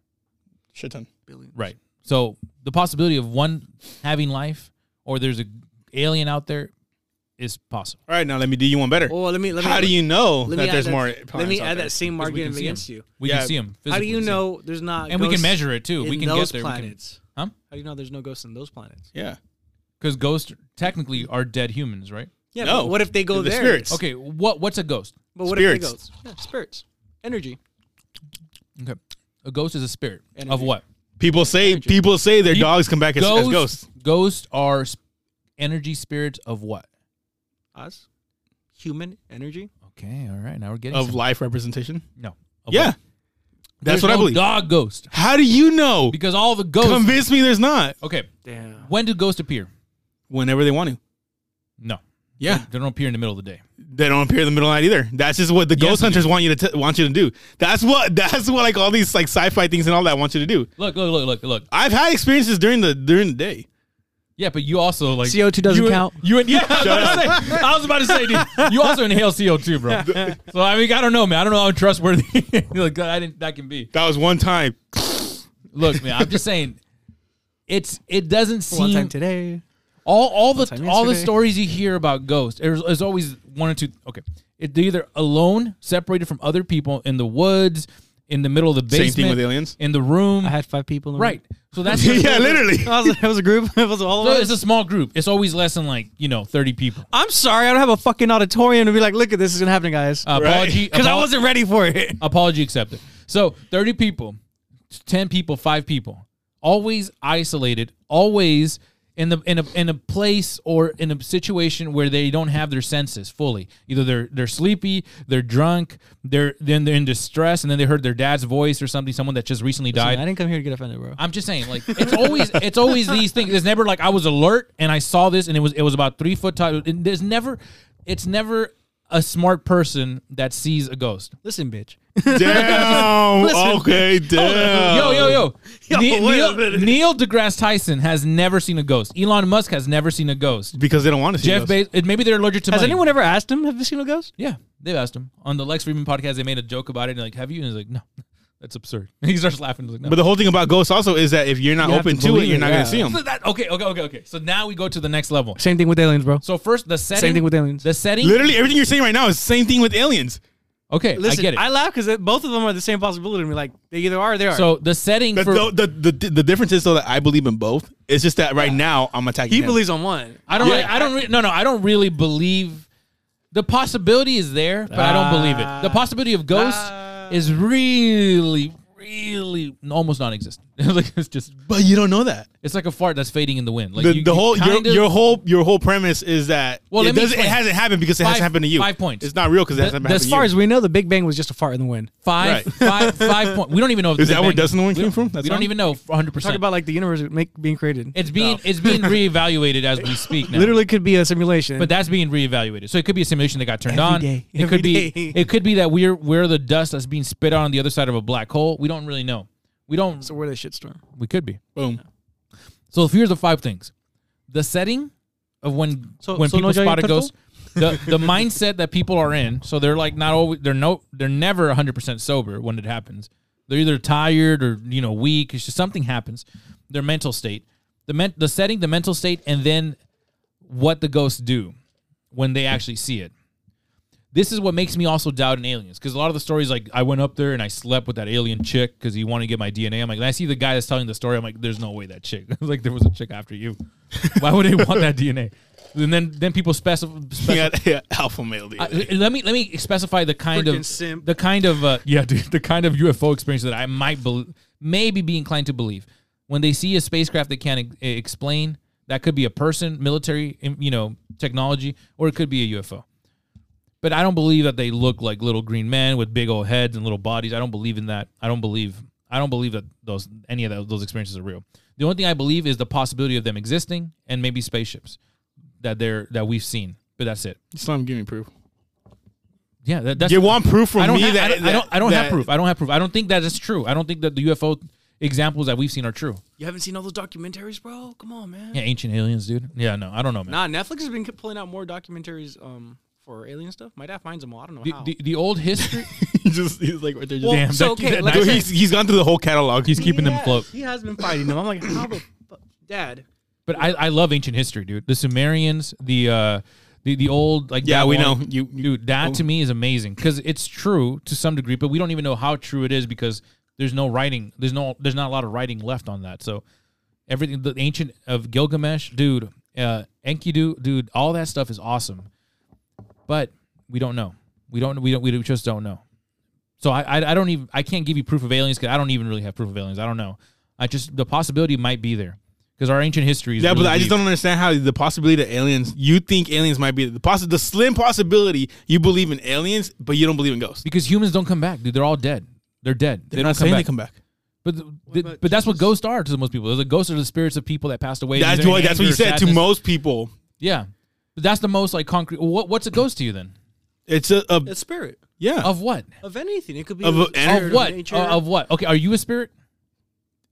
A: Shit ton.
B: Billions.
C: Right. So the possibility of one having life or there's a alien out there is possible.
A: All right, now let me do you one better.
B: Well, Oh, let me. Let me
A: how do you know that
B: Let me add
A: there's
B: that-
A: more?
B: Let me
A: planets out
B: add
A: there?
B: that same
C: 'Cause we can
B: argument
C: see 'em.
B: against you.
C: We
A: Yeah.
C: can see them.
B: How do you know there's not?
C: And we can
B: ghosts
C: measure it too.
B: in
C: We can
B: those
C: get there.
B: planets.
C: Huh?
B: How do you know there's no ghosts in those planets?
A: Yeah,
C: Because ghosts technically are dead humans, right?
B: Yeah.
A: No.
B: But what if they go
A: They're the
B: there?
A: spirits.
C: Okay. What what's a ghost?
B: But what
A: Spirits.
B: if they go? Yeah, spirits. Energy.
C: Okay. A ghost is a spirit
B: Energy.
C: of what?
A: People say people say their
C: You-
A: dogs come back as, as ghosts.
C: Ghosts are sp- energy spirits of what?
B: Us, human energy.
C: Okay, all right. Now we're getting
A: of
C: some-
A: life representation.
C: no. of
A: Yeah,
C: what?
A: that's
C: There's
A: what I
C: no
A: believe.
C: Dog ghost
A: How do you know?
C: because all the ghosts.
A: Convince me there's not.
C: okay,
B: Damn.
C: when do ghosts appear?
A: Whenever they want to.
C: No,
A: Yeah,
C: they don't appear in the middle of the day.
A: they don't appear in the middle of the night either. That's just what the
C: Yes,
A: ghost
C: they
A: hunters want you to t- want you to do. That's what that's what like all these like sci-fi things and all that want you to do.
C: Look, look, look, look, look.
A: I've had experiences during the during the day.
C: Yeah, but you also like
B: CO2 doesn't
C: you,
B: count.
C: You and yeah, I was, about to say, I was about to say, dude, you also inhale CO two, bro. So I mean, I don't know, man. I don't know how trustworthy like, I didn't, that can be.
A: That was one time.
C: Look, man, I'm just saying, it's it doesn't
B: One
C: seem
B: time today.
C: all all the
B: time
C: all the
B: yesterday.
C: stories you hear about ghosts. There's, there's always one or two. Okay, it, they're either alone, separated from other people in the woods, in the middle of the
A: thing
C: basement,
A: with aliens.
C: in the room,
B: I had five people. In the room.
C: right? So that's
A: yeah, literally.
B: That was, that was a group. That was all
C: So
B: of
C: it's
B: us.
C: a small group. It's always less than like you know thirty people.
B: I'm sorry, I don't have a fucking auditorium to be like, look at this is gonna happen, guys.
C: Uh,
A: Right.
C: Apology,
B: Because I
C: apo-
B: wasn't ready for it.
C: apology accepted. So 30 people, 10 people, 5 people, always isolated, always in the in a in a place or in a situation where they don't have their senses fully. Either they're they're sleepy, they're drunk, they're then they're in distress and then they heard their dad's voice or something someone that just recently
B: I,
C: died.
B: didn't come here to get offended, bro.
C: I'm just saying, like it's always it's always these things. There's never like I was alert and I saw this and it was it was about three foot tall. And There's never it's never a smart person that sees a ghost.
B: Listen, bitch.
A: Damn. okay, damn.
C: Yo, yo, yo.
B: Yo,
C: Ne-
B: wait a
C: Neil,
B: minute.
C: Neil deGrasse Tyson has never seen a ghost. Elon Musk has never seen a ghost.
A: Because they don't want to see
C: Jeff
A: ghosts.
C: Bezos, maybe they're allergic to
B: Has
C: money.
B: anyone ever asked him, have you seen a ghost?
C: Yeah, they've asked him. On the Lex Friedman podcast, they made a joke about it and they're like, have you? And he's like, no, that's absurd. he starts laughing. He's like, no.
A: But the whole thing about ghosts also is that if you're not
B: You have
A: open
B: to
A: to, it,
B: believe
A: you're
B: it,
A: not
B: yeah.
A: going to see them.
C: So that- okay, okay, okay, okay. So now we go to the next level.
B: Same thing with aliens, bro.
C: So first, the setting.
B: Same thing with aliens.
C: The setting.
A: Literally, everything you're saying right now is the same thing with aliens.
C: Okay,
B: Listen,
C: I get it.
B: laugh because both of them are the same possibility. And we're like, they either are or they are.
C: so the setting
A: The,
C: for.
A: the, the, the, the difference is, though, that I believe in both. It's just that right now I'm attacking
B: he
A: him.
B: believes on one.
C: I don't.
A: Yeah.
C: Really, I don't. Re- no, no. I don't really believe. The possibility is there, but I don't believe it.
A: Ah.
C: The possibility of ghosts is really, really almost non-existent. like it's just,
A: But you don't know that.
C: it's like a fart that's fading in the wind. Like
A: The,
C: you-
A: the
C: you
A: whole your,
C: kinda-
A: your whole your whole premise is that
C: Well,
A: it,
C: let me
A: doesn't, it
C: explain.
A: hasn't happened because it hasn't
C: Five-
A: happened to you.
C: five points.
A: It's not real because it hasn't
C: The-
A: happened
C: as
A: to
B: As
A: you.
B: far as we know, the Big Bang was just a fart in the wind.
C: five,
A: Right.
C: five, five point. We don't even know. If
A: Is
C: the
A: that
C: Big
A: where
C: Bang-
A: Dustin Wind
C: we
A: came from?
C: don't-
A: That
C: We don't
A: song?
C: even know 100.
B: Talk
C: percent
B: about like the universe make, being created.
C: It's being it's being reevaluated as we speak now.
B: literally could be a simulation.
C: But that's being reevaluated. So it could be a simulation that got turned
B: Every
C: on.
B: day.
C: It could
B: Every
C: be
B: day.
C: it could be that we're we're the dust that's being spit out on the other side of a black hole. We don't really know. We don't
B: so we're the shitstorm.
C: we could be.
A: Boom.
C: So here's the five things. The setting of when
B: So-
C: when
B: so no
C: people spot a
B: giant
C: ghost. The the mindset that people are in. So they're like not always they're no they're never 100% sober when it happens. They're either tired or you know weak. It's just something happens. Their mental state. The men, the setting, the mental state and then what the ghosts do when they actually see it. This is what makes me also doubt in aliens because a lot of the stories like I went up there and I slept with that alien chick because he wanted to get my DNA. I'm like, and I see the guy that's telling the story. I'm like, there's no way that chick. like there was a chick after you. Why would they want that DNA? And then then people specify.
A: Yeah, yeah, alpha male. dude.
C: let me let me specify the kind
B: Freaking
C: of
B: simp.
C: the kind of uh, yeah dude, the kind of UFO experience that I might bel maybe be inclined to believe when they see a spacecraft they can't e- explain that could be a person military im- you know technology or it could be a UFO but I don't believe that they look like little green men with big old heads and little bodies I don't believe in that I don't believe I don't believe that those any of tho- those experiences are real the only thing I believe is the possibility of them existing and maybe spaceships that they're that we've seen but that's it
A: Islam, give me proof.
C: yeah that, that's
A: You want proof from
C: I don't,
A: me
C: have,
A: that
C: I don't, I don't, I don't
A: that-
C: have proof. I don't have proof. I don't think that is true. I don't think that the UFO examples that we've seen are true.
B: You haven't seen all those documentaries, bro? Come on, man.
C: Yeah, ancient aliens, dude. Yeah, no, I don't know, man.
B: Nah, Netflix has been pulling out more documentaries um, for alien stuff. My dad finds them all. I don't know
C: The,
B: how.
C: the, the old history.
A: He just he's like right there. Just,
B: Well,
A: Damn.
B: so,
C: that-
B: okay,
C: that-
B: like
C: that-
B: I said-
A: he's, he's gone through the whole catalog.
C: he's keeping them
B: Yes,
C: afloat.
B: He has been fighting them. I'm like, how the fuck? Dad.
C: But I, I love ancient history, dude. The Sumerians, the uh, the the old like
A: Yeah, we know.
C: Babylon-
A: You- you- Oh.
C: dude. That to me is amazing because it's true to some degree, but we don't even know how true it is because there's no writing. There's no there's not a lot of writing left on that. So everything the ancient of Gilgamesh, dude, uh, Enkidu, dude, all that stuff is awesome, but we don't know. We don't. We don't. We just don't know. So I, I, I don't even I can't give you proof of aliens because I don't even really have proof of aliens. I don't know. I just the possibility might be there because our ancient history is
A: Yeah,
C: really
A: but I just
C: deep.
A: don't understand how the possibility that aliens. You think aliens might be the possi- the slim possibility you believe in aliens, but you don't believe in ghosts.
C: because humans don't come back, dude. They're all dead. They're dead. They
A: They're
C: don't
A: not
C: come
A: saying they
C: back.
A: come back.
C: but th- th-
B: about
C: but that's what
B: Jesus?
C: ghosts are to most people. Those are ghosts are the spirits of people that passed away.
A: That's
C: either in
A: what that's what
C: anger
A: you
C: or
A: said to
C: sadness.
A: most people.
C: Yeah, but that's the most like concrete. What what's a ghost to you then?
A: It's a, a
B: A spirit
A: yeah.
C: Of what?
B: of anything. It could be
A: Of
B: a
A: a-
B: spirit
C: of what?
B: nature.
C: Uh, of what? Okay, are you a spirit?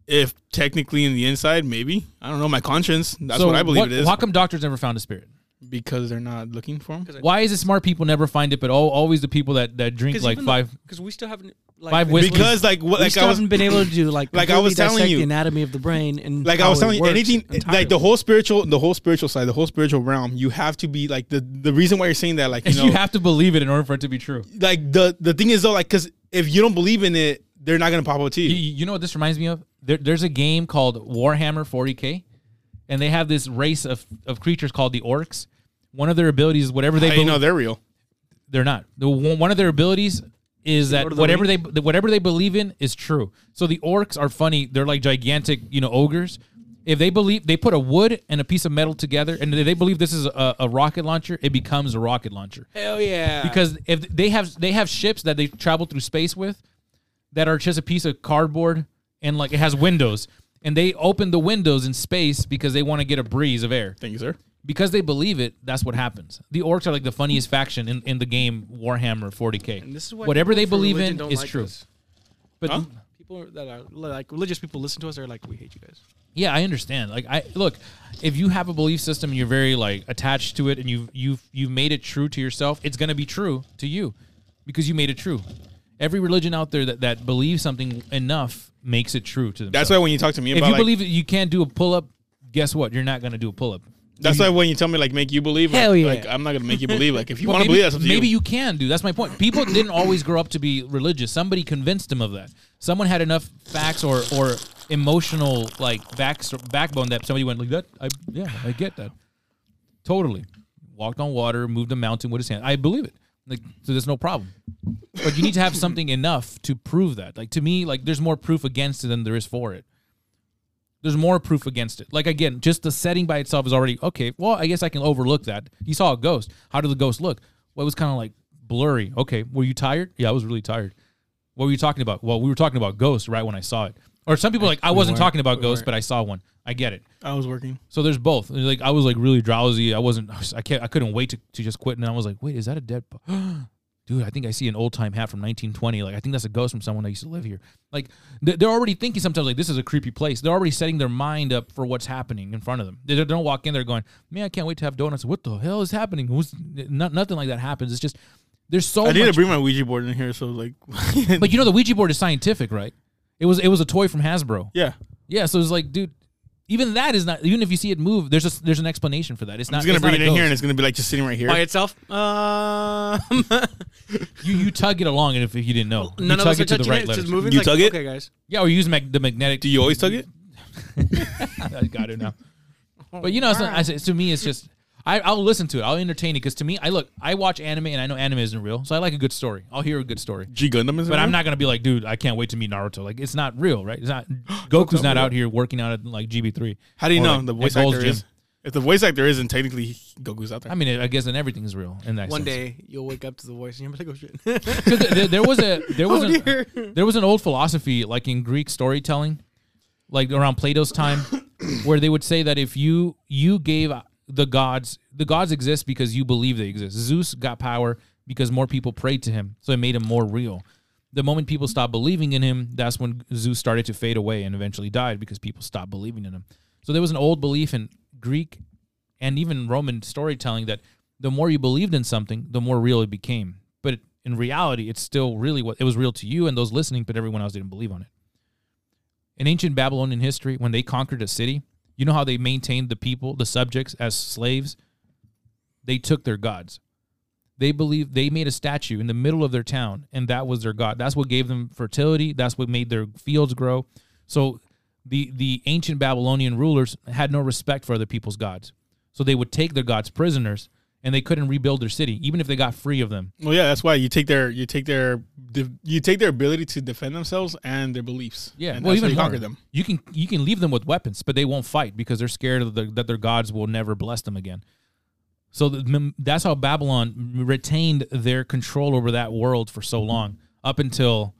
A: if technically in the inside, maybe I don't know. My conscience. That's
C: So
A: what I believe it is
C: How come doctors never found a spirit?
A: because they're not looking for them.
C: Why is it smart people never find it, but all, always the people that, that drink like five?
B: because we still haven't like,
C: five
B: we
C: whistles.
A: Because like what
B: we
A: like
B: still
A: I was
B: haven't been able to do like
A: Like I was
B: completely
A: telling
B: dissect
A: you.
B: the anatomy of the brain and
A: like I
B: how
A: was
B: it
A: telling you,
B: works
A: anything
B: entirely.
A: like the whole spiritual, the whole spiritual side, the whole spiritual realm. You have to be like the the reason why you're saying that. Like you
C: You,
A: know,
C: have to believe it in order for it to be true.
A: like the the thing is though, like because if you don't believe in it, they're not gonna pop up to
C: You,
A: you.
C: you know what this reminds me of? There, there's a game called Warhammer 40k, and they have this race of, of creatures called the orcs. One of their abilities is whatever they
A: They
C: believe.
A: know they're real.
C: they're not. The one one of their abilities is that
B: Lord of the
C: whatever they that whatever they believe in is true. So the orcs are funny. They're like gigantic, you know, ogres. If they believe they put a wood and a piece of metal together, and they believe this is a, a rocket launcher, it becomes a rocket launcher.
B: hell yeah
C: Because if they have they have ships that they travel through space with, that are just a piece of cardboard and like it has windows, and they open the windows in space because they want to get a breeze of air
A: Thank you, sir.
C: because they believe it, that's what happens. The orcs are like the funniest faction in, in the game Warhammer 40k.
B: And this is why
C: Whatever
B: people
C: they
B: for
C: believe
B: religion
C: in
B: don't
C: is
B: like
C: true.
B: us.
C: But
A: Huh?
B: People that are like religious people listen to us. They're like, we hate you guys.
C: yeah, I understand. Like I look, if you have a belief system and you're very like attached to it and you've you've you've made it true to yourself, it's gonna be true to you because you made it true. Every religion out there that, that believes something enough makes it true to them.
A: That's why when you talk to me
C: if
A: about
C: you
A: like,
C: believe that you can't do a pull up, guess what? You're not gonna do a pull up.
A: that's why when you tell me like make you believe,
B: Hell
A: like,
B: yeah.
A: like, I'm not gonna make you believe. Like if you
C: Well,
A: want to
C: maybe-
A: believe, that's up to
C: maybe
A: you.
C: you. can do. That's my point. People didn't always grow up to be religious. Somebody convinced them of that. Someone had enough facts or or emotional like back, backbone that somebody went like that. I yeah, I get that. Totally. Walked on water, moved a mountain with his hand. I believe it. Like so, there's no problem. But you need to have something enough to prove that. Like to me, like there's more proof against it than there is for it. There's more proof against it. Like again, just the setting by itself is already okay. Well, I guess I can overlook that. He saw a ghost. How did the ghost look? Well, it was kind of like blurry. Okay, were you tired? Yeah, I was really tired. What were you talking about? Well, we were talking about ghosts right when I saw it. Or some people are like I wasn't
B: weren't.
C: talking about
B: We
C: ghosts,
B: weren't.
C: but I saw one. I get it.
A: I was working.
C: So there's both. And, Like I was like really drowsy. I wasn't. I can't. I couldn't wait to, to just quit. And I was like, wait, is that a dead? po- Dude, I think I see an old time hat from 1920. Like I think that's a ghost from someone that used to live here. Like th- they're already thinking sometimes like this is a creepy place. They're already setting their mind up for what's happening in front of them. They don't- don't walk in there going, man, I can't wait to have donuts. What the hell is happening? Who's, not, nothing like that happens. It's just there's so
A: I
C: much.
A: need to bring my Ouija board in here, so like,
C: but you know the Ouija board is scientific, right? It was it was a toy from Hasbro.
A: yeah.
C: Yeah, so it's like, dude, even that is not. Even if you see it move, there's a, there's an explanation for that. It's not.
A: I'm just gonna
C: it's not
A: bring it
C: a
A: in here, and
C: ghost.
A: it's gonna be like just sitting right here.
B: By itself, um,
C: you you tug it along, and if, if you didn't know, you
B: none of
C: tug
B: us are
C: it to the
B: touching
C: right
B: it. It's
C: letters.
B: just moving.
A: You
B: like,
A: tug it?
B: okay, guys.
C: Yeah, or use mag- the magnetic.
A: Do you always tug it?
C: I got it now. But you know, it's not, I, said- to me, it's just I, I'll listen to it. I'll entertain it because to me, I look, I watch anime, and I know anime isn't real, so I like a good story. I'll hear a good story.
A: G Gundam is.
C: But I'm not gonna be like, dude, I can't wait to meet Naruto. Like, it's not real, right? It's not. Goku's not out here working out at like GB3.
A: How do you
C: or,
A: know
C: like,
A: the
C: at
A: voice
C: Gold's
A: actor
C: Gym.
A: is? If the voice actor isn't, technically he- Goku's out there.
C: I mean, I guess then everything's real in that.
B: One
C: sense.
B: day you'll wake up to the voice and you're like, oh shit.
C: Because there, there was a there was
B: Oh,
C: an-
B: dear.
C: there was an old philosophy like in Greek storytelling, like around Plato's time, where they would say that if you you gave the gods the gods exist because you believe they exist. Zeus got power because more people prayed to him, so it made him more real. The moment people stopped believing in him, that's when Zeus started to fade away and eventually died because people stopped believing in him. So there was an old belief in Greek and even Roman storytelling that the more you believed in something, the more real it became. But in reality, it's still really what it was real to you and those listening, but everyone else didn't believe on it. In ancient Babylonian history, when they conquered a city, you know how they maintained the people, the subjects, as slaves? They took their gods. They believed they made a statue in the middle of their town, and that was their god. That's what gave them fertility. That's what made their fields grow. So the the ancient Babylonian rulers had no respect for other people's gods. So they would take their gods prisoners and they couldn't rebuild their city, even if they got free of them.
A: Well, yeah, that's why you take their you take their you take their ability to defend themselves and their beliefs.
C: Yeah,
A: and
C: well,
A: that's how
C: even
A: you conquer
C: more.
A: them.
C: You can you can leave them with weapons, but they won't fight because they're scared of the, that their gods will never bless them again. So the, that's how Babylon retained their control over that world for so long, up until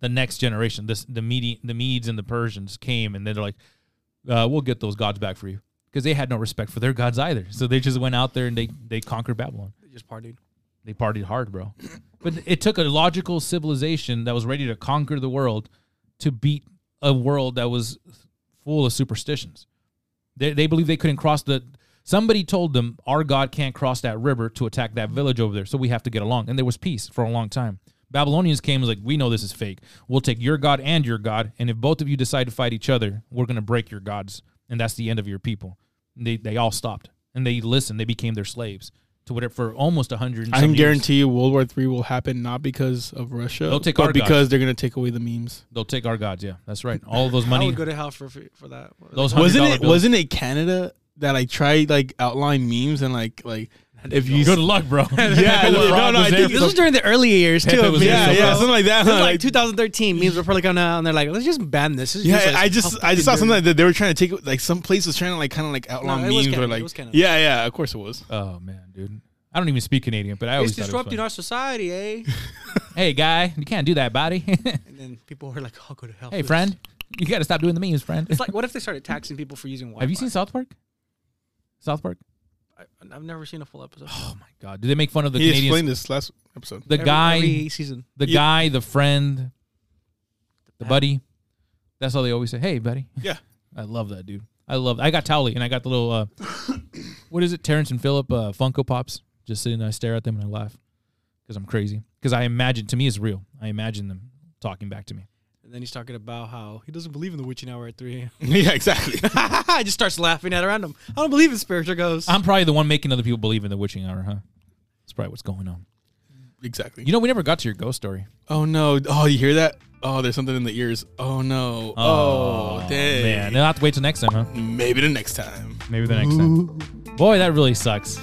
C: the next generation. This the Medi, the Medes and the Persians came, and then they're like, uh, "We'll get those gods back for you," because they had no respect for their gods either. So they just went out there and they they conquered Babylon
B: They just partied.
C: they partied hard, bro. But it took a logical civilization that was ready to conquer the world to beat a world that was full of superstitions. They, they believe they couldn't cross the. Somebody told them our God can't cross that river to attack that village over there, so we have to get along. And there was peace for a long time. Babylonians came and was like, we know this is fake. We'll take your God and your God, and if both of you decide to fight each other, we're gonna break your gods, and that's the end of your people. And they they all stopped and they listened. They became their slaves to whatever for almost a hundred. and
A: I
C: some
A: can
C: years.
A: guarantee you, World War Three will happen not because of Russia,
C: They'll take
A: but
C: our gods.
A: because they're gonna take away the memes.
C: They'll take our gods. Yeah, that's right. All those
B: I
C: money,
B: would go to hell for for that.
C: those hundred
A: Wasn't it?
C: bills.
A: Wasn't it Canada that like tried like outline memes and like like if you
C: Good luck, bro.
A: yeah no no I think
B: This was during the early years too.
C: Pepe
B: of
C: was
B: memes.
A: yeah
C: so
A: yeah
C: proud.
A: something like that
B: This is
A: huh?
B: like 2013. Memes were probably coming out, and they're like, "Let's just ban this." This is
A: Yeah, I
B: useless. How
A: just I just saw
B: fucking
A: something that they were trying to take like some place was trying to like kind of like outlaw
B: No, it was
A: memes or
B: Canada,
A: like
B: it was Canada.
A: yeah yeah of course it was
C: Oh man, dude. I don't even speak Canadian, but I
B: dirty.
C: always
B: It's
C: thought it was
B: disrupting
C: funny.
B: our society, eh?
C: Hey guy, you can't do that, buddy.
B: and then people were like, "I'll go to hell."
C: hey
B: for this."
C: friend, you got to stop doing the memes, friend.
B: It's like, what if they started taxing people for using Wi-Fi?
C: Have you seen South Park? South Park.
B: I, I've never seen a full episode.
C: Oh my god, do they make fun of the
A: he
C: Canadians?
A: explained this last episode
C: The
B: Every-
C: guy,
B: every season.
C: the
A: Yeah.
C: guy, the friend, the
B: pal.
C: buddy. That's all they always say. Hey, buddy.
A: yeah
C: I love that dude. I love. I got Towley and I got the little. Uh, what is it? Terrence and Phillip uh, Funko Pops. Just sitting, there, I stare at them and I laugh because I'm crazy. Because I imagine to me it's real. I imagine them talking back to me.
B: And then he's talking about how he doesn't believe in the witching hour at 3 a.m.
A: yeah exactly
B: I just starts laughing at her random. I don't believe in spiritual ghosts.
C: I'm probably the one making other people believe in the witching hour, huh? That's probably what's going on.
A: exactly
C: You know, we never got to your ghost story.
A: oh no oh you hear that oh there's something in the ears oh no oh, dang
C: man, I'll have to wait till next time, huh?
A: maybe the next time
C: Maybe the next time. Boy, that really sucks.